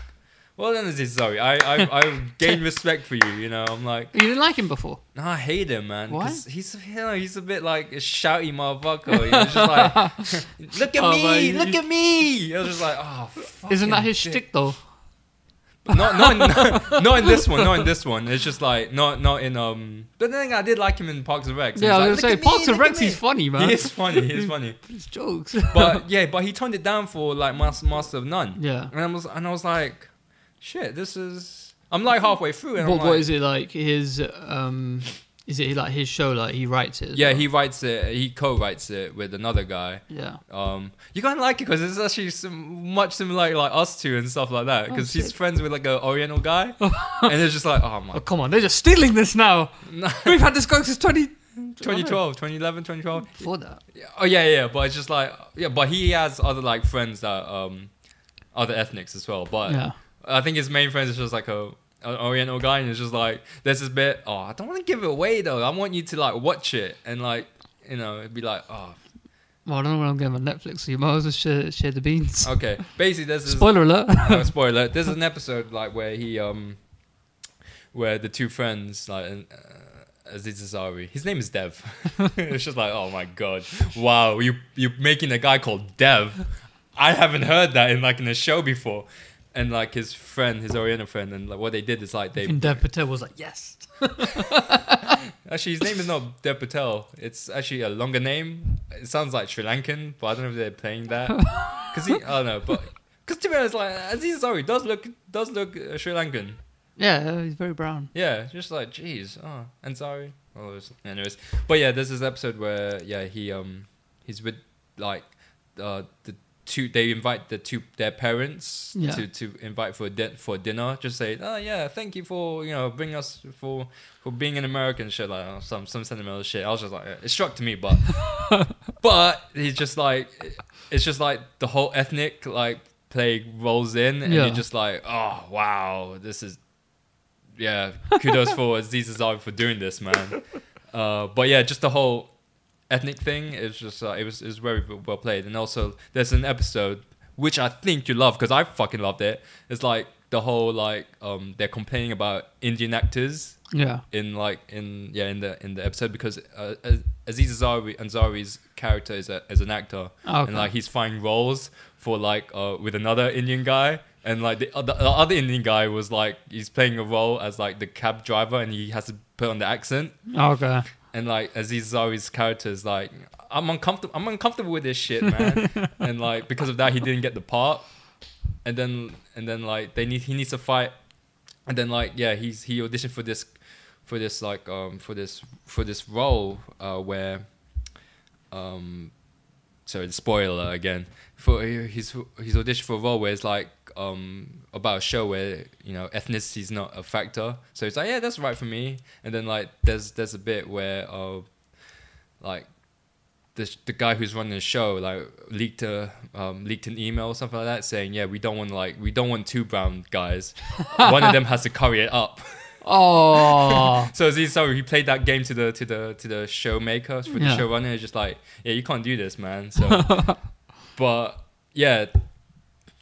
S2: well then this is sorry i i,
S1: [laughs]
S2: I gain respect for you you know i'm like
S1: You didn't like him before.
S2: no, i hate him man
S1: Why?
S2: 'cause he's you know he's a bit like a shouty motherfucker you know, just
S1: [laughs]
S2: like [laughs] look at
S1: Oh, but
S2: me
S1: you-
S2: look at me i was just like oh fucking
S1: Isn't that his
S2: dick.
S1: shtick though?
S2: not
S1: [laughs]
S2: not in, [laughs] not in this one not in this one it's just like not not in um but then i did like him in parks and rec
S1: Yeah, I was gonna say Parks and Rec. He's funny, man.
S2: he is funny he is funny
S1: [laughs] It's jokes.
S2: but yeah, but he turned it down for like Mas- Master of None.
S1: [laughs] yeah.
S2: And I was and I was like, shit, this is. I'm like halfway through, and
S1: What,
S2: I'm like,
S1: what is it like? His um, is it like his show? Like he writes it? as
S2: yeah,
S1: well?
S2: he writes it. He co-writes it with another guy.
S1: Yeah.
S2: Um, you're gonna like it because it's actually some, much similar like us two and stuff like that.
S1: Oh,
S2: Because he's
S1: sick.
S2: friends with like an Oriental
S1: [laughs]
S2: guy, and it's just like, oh
S1: Oh [laughs]
S2: my,
S1: come on! They're just stealing this
S2: [laughs]
S1: now.
S2: No.
S1: We've had this going since 20,
S2: 2012,
S1: oh.
S2: 2011, 2012.
S1: Before that,
S2: Yeah, Oh yeah, yeah, but it's just like yeah, but he has other like friends that um, other ethnics as well. But
S1: Yeah.
S2: I think his main friend is just like a an Oriental guy, and it's just like there's this bit. Oh, I don't want to give it away though. I want you to like watch it and like you know it'd be like oh
S1: well, I don't know when I'm getting on Netflix, so you might as well share, share the beans.
S2: okay. Basically, there's this
S1: Spoiler alert.
S2: [laughs] no, spoiler. There's an episode like where he um, where the two friends like and, uh, Aziz Ansari. His name is Dev. it's just like oh my god, wow, you you're making a guy called Dev. I haven't heard that in like in a show before. And like his friend, his Oriental friend, and like what they did is like they
S1: And Dev Patel was like, yes.
S2: Actually, his name is not Dev Patel. It's actually a longer name. It sounds like Sri Lankan, but I don't know if they're playing that. Because he, I don't know, but because to be honest, like Aziz Ansari does look does look uh, Sri Lankan.
S1: Yeah, uh, he's very brown.
S2: Yeah, just like jeez, oh, Ansari. All those. Anyways, but yeah, there's this episode where yeah he um he's with like uh the two they invite the two their parents
S1: Yeah.
S2: to to invite for din- for dinner. Just say, oh yeah, thank you for you know bringing us for for being an American shit like that, some some sentimental shit. I was just like, eh, it struck to me, but but he's just like it's just like the whole ethnic like plague rolls in, and
S1: Yeah.
S2: you're just like, oh wow, this is yeah, kudos for [laughs] Aziz Ansari for doing this, man. Uh, but yeah, just the whole ethnic thing is just uh, it was it was very w- well played, and also there's an episode which I think you love because I fucking loved it. It's like the whole like um they're complaining about Indian actors
S1: Yeah.
S2: in like in yeah in the in the episode because uh, Az- Aziz Ansari Ansari's character is a, is an actor
S1: Oh, Okay.
S2: and like he's finding roles for like uh, with another Indian guy and like the, other the other Indian guy was like he's playing a role as like the cab driver and he has to put on the accent
S1: Oh, Okay.
S2: and like Aziz Ansari's character is like I'm uncomfortable I'm uncomfortable with this shit man and like because of that he didn't get the part and then and then like they need he needs to fight and then like yeah he's he auditioned for this for this like um for this for this role uh where um sorry the spoiler again for his his audition for a role where it's like um about a show where you know ethnicity is not a factor so it's like yeah that's right for me and then like there's there's a bit where uh like the, the guy who's running the show like leaked a um, leaked an email or something like that saying yeah we don't want like we don't want two brown guys one of them has to carry it up [laughs]
S1: Oh.
S2: so Aziz Ansari, he played that game to the to the to the show maker for the
S1: Yeah.
S2: showrunner. He's just like, yeah, you can't do this, man. So,
S1: [laughs]
S2: but yeah,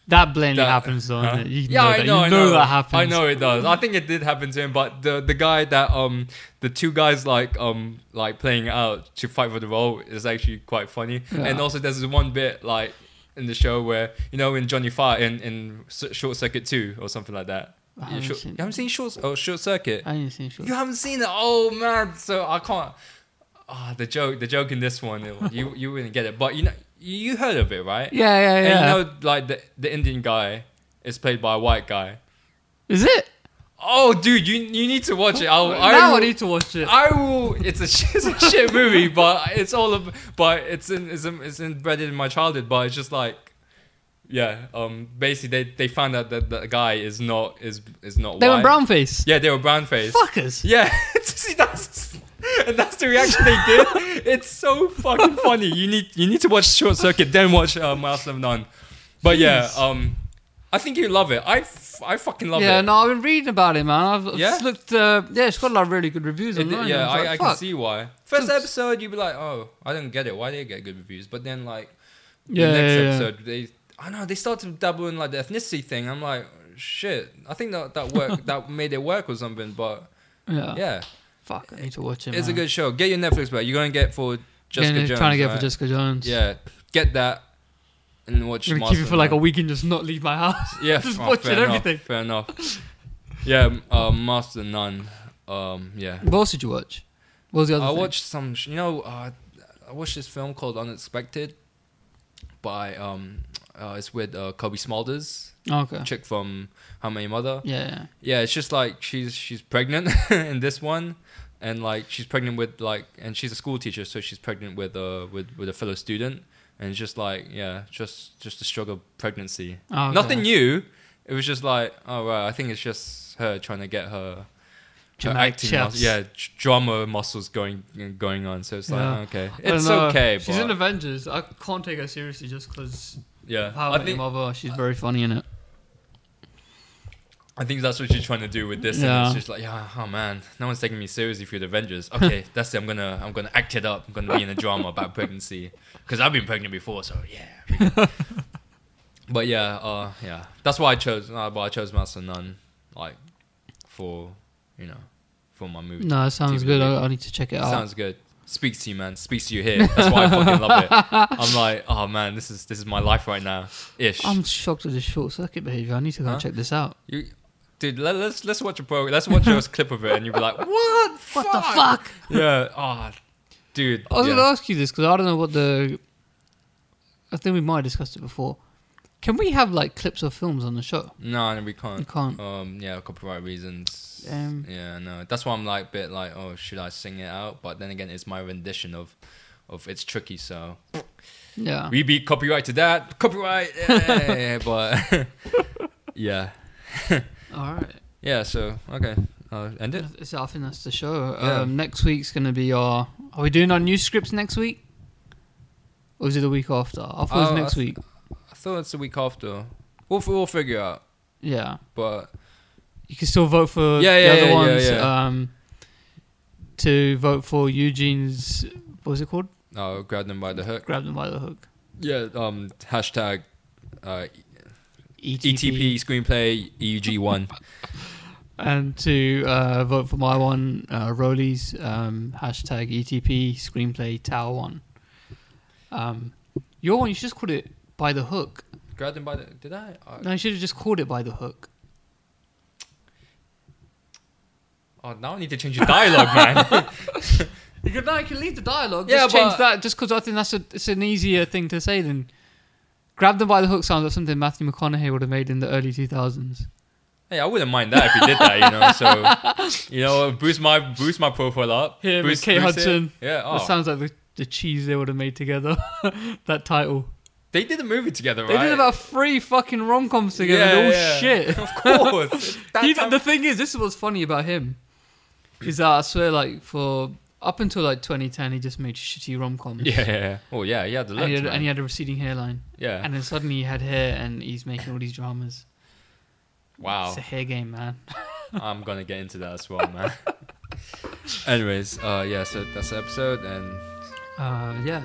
S1: that blatantly
S2: that-
S1: happens though,
S2: huh?
S1: isn't it? You
S2: yeah,
S1: know
S2: I
S1: that.
S2: know,
S1: you
S2: I
S1: know,
S2: know
S1: that happens.
S2: I know it does. I think it did happen to him, but the the guy that um the two guys like um like playing out to fight for the role is actually quite funny.
S1: Yeah.
S2: And also, there's this one bit like in the show where you know in Johnny Fire in in S- Short Circuit Two or something like that.
S1: I haven't
S2: Short-
S1: seen
S2: you haven't seen Short oh Short Circuit.
S1: I didn't see sure.
S2: You haven't seen it. Oh man, so I can't. Ah, the joke, the joke in this one, it- you you wouldn't get it. But you know, you heard of it, right?
S1: Yeah, yeah,
S2: And
S1: yeah.
S2: you know, like the the Indian guy is played by a white guy.
S1: Is it?
S2: Oh, dude, you you need to watch it. I'll, I Oh,
S1: now
S2: will-
S1: I need to watch it.
S2: I will. It's a shit, it's a shit movie, but it's all. Of, but it's in, it's in, it's embedded in my childhood. But it's just like, yeah. Um. Basically, they they found out that the guy is not is is not.
S1: they
S2: white.
S1: went brown face.
S2: Yeah, they were brown faced.
S1: Fuckers.
S2: Yeah, [laughs] see that's and that's the reaction they did. It's so fucking funny. You need you need to watch Short Circuit, then watch uh, Master of None. But yeah,
S1: Jeez.
S2: um, I think you love it. I, f- I fucking love
S1: yeah,
S2: it.
S1: no, I've been reading about it, man. I've I've
S2: Yeah?
S1: just looked. Uh, yeah, it's got a lot of really good reviews
S2: It-
S1: online.
S2: yeah,
S1: was
S2: I,
S1: like,
S2: I can
S1: fuck.
S2: see why. First
S1: Dude.
S2: episode, you'd be like, oh, I don't get it. Why they get good reviews? But then like,
S1: Yeah,
S2: the next
S1: yeah, yeah.
S2: episode, they I know they start to double in like the ethnicity thing. I'm like, shit. I think that
S1: [laughs]
S2: that work that made it work or something. But
S1: Yeah.
S2: yeah.
S1: fuck, I need to watch it.
S2: It's a
S1: man.
S2: good show. Get your Netflix back. You're gonna get for Jessica
S1: Getting it-
S2: Jones.
S1: Trying to get
S2: right?
S1: for Jessica Jones.
S2: Yeah, get that and watch.
S1: I'm gonna
S2: Master
S1: keep it for
S2: of
S1: like a
S2: None.
S1: week and just not leave my house.
S2: Yeah,
S1: [laughs] just
S2: oh,
S1: watching
S2: fair enough,
S1: everything.
S2: fair enough. Yeah, um, Master of None. Um, yeah.
S1: What else did you watch? What was the other?
S2: I
S1: thing?
S2: watched some. sh- You know, uh, I watched this film called Unexpected by um, uh, it's with uh, Kobe Smulders,
S1: Oh, Okay.
S2: chick from How Many Mother.
S1: Yeah, yeah.
S2: yeah, it's just like she's she's pregnant [laughs] in this one, and like she's pregnant with like, and she's a school teacher, so she's pregnant with a with with a fellow student, and it's just like yeah, just just the struggle of pregnancy.
S1: Oh, okay.
S2: Nothing new. It was just like oh right, I think it's just her trying to get her. her
S1: Dramatic
S2: mus-
S1: chops.
S2: yeah, d- drama muscles going going on. So it's like
S1: Yeah.
S2: okay,
S1: I don't
S2: it's
S1: know.
S2: okay.
S1: She's
S2: but,
S1: in Avengers. I can't take her seriously just because
S2: yeah,
S1: how
S2: I
S1: I
S2: think
S1: mother. She's very funny in it.
S2: I think that's what she's trying to do with this. And
S1: Yeah.
S2: it's just like, yeah, oh man, no one's taking me seriously for the Avengers. Okay,
S1: [laughs]
S2: that's it. I'm gonna, I'm gonna act it up. I'm gonna be in a drama about pregnancy because I've been pregnant before, so yeah. we
S1: [laughs]
S2: can- but yeah, uh, yeah, that's why I chose. Uh, why I chose Master of None, like for, you know, for my movie.
S1: No, that sounds
S2: TV
S1: good. I,
S2: movie.
S1: I need to check it out.
S2: Sounds good. Speaks to you, man. Speaks to you here. That's why I fucking
S1: [laughs]
S2: love it. I'm like, oh man, this is this is my life right now, ish.
S1: I'm shocked at this short circuit behavior. I need to go
S2: Huh?
S1: and check this out.
S2: You, dude, let, us let's watch a pro. Let's watch
S1: [laughs]
S2: a clip of it, and you'll be like, "What?
S1: What the fuck?
S2: Yeah. Oh, dude.
S1: I was
S2: yeah.
S1: going to ask you this because I don't know what the. I think we might have discussed it before. Can we have like clips of films on the show?
S2: No, no, we
S1: You
S2: can't.
S1: can't.
S2: Um, yeah, copyright reasons.
S1: Um,
S2: yeah, no. That's why I'm like, bit like, oh, should I sing it out? But then again, it's my rendition of, of it's tricky. So,
S1: Yeah.
S2: we beat copyright to that copyright. Yeah, but [laughs] yeah,
S1: All right.
S2: yeah. So okay, Uh, I'll end it.
S1: So I think that's the show.
S2: Yeah.
S1: Um, next week's going to be our. Are we doing our new scripts next week? Or is it the week after? I thought it
S2: Oh,
S1: was next
S2: I th-
S1: week.
S2: I thought it's the week after. We'll f- we'll figure out.
S1: Yeah.
S2: But
S1: You can still vote for
S2: Yeah, yeah,
S1: the other
S2: yeah, yeah,
S1: ones.
S2: yeah.
S1: Um, to vote for Eugene's. What was it called?
S2: I'll grab them by the hook.
S1: Grab them by the hook.
S2: Yeah. Um. Hashtag. Uh,
S1: ETP.
S2: ETP
S1: E
S2: screenplay EUG one.
S1: And to uh, vote for my one, uh, Rolly's um, hashtag ETP screenplay Tower One. Um, your one, you should just call it by the hook.
S2: Grab them by the. Did I? Uh, I
S1: No, you should have just called it by the hook.
S2: oh, now I need to change the dialogue, man. [laughs]
S1: You can, no, you can leave the dialogue.
S2: Yeah,
S1: just change
S2: but-
S1: that, just because I think that's a, it's an easier thing to say than grab them by the hook. Sounds like something Matthew McConaughey would have made in the early two thousands.
S2: hey, I wouldn't mind that if you did that, you know. So, you know, boost my boost my profile up.
S1: Here with
S2: boost,
S1: Kate
S2: boost it.
S1: Hudson.
S2: Yeah. Oh.
S1: That sounds like the, the cheese they would have made together. [laughs] that title.
S2: they did a movie together,
S1: They
S2: right?
S1: did about three fucking rom coms together. They're all
S2: yeah.
S1: shit.
S2: [laughs] Of
S1: [laughs]
S2: course. It's [laughs] that
S1: He-
S2: time-
S1: the thing is, this is what's funny about him is that I swear, like for up until like 2010, he just made shitty rom coms.
S2: [laughs] yeah, yeah, yeah. Oh yeah, yeah. The
S1: and he,
S2: looks,
S1: had,
S2: man.
S1: and he had a receding hairline,
S2: yeah.
S1: and then suddenly he had hair, and he's making all these dramas.
S2: wow.
S1: It's a hair game, man.
S2: I'm gonna get into that as well, man. [laughs] Anyways, uh, yeah. So that's the episode, and
S1: Uh, yeah,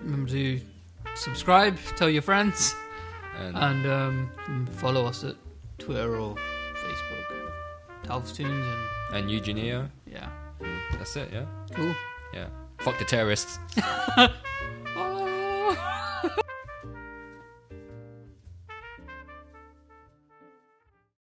S1: remember to subscribe, tell your friends,
S2: and
S1: and um, follow us at Twitter or Facebook, Talf's Tunes, and
S2: and Eugenia.
S1: yeah,
S2: That's it. Yeah.
S1: cool.
S2: Yeah. Fuck the terrorists.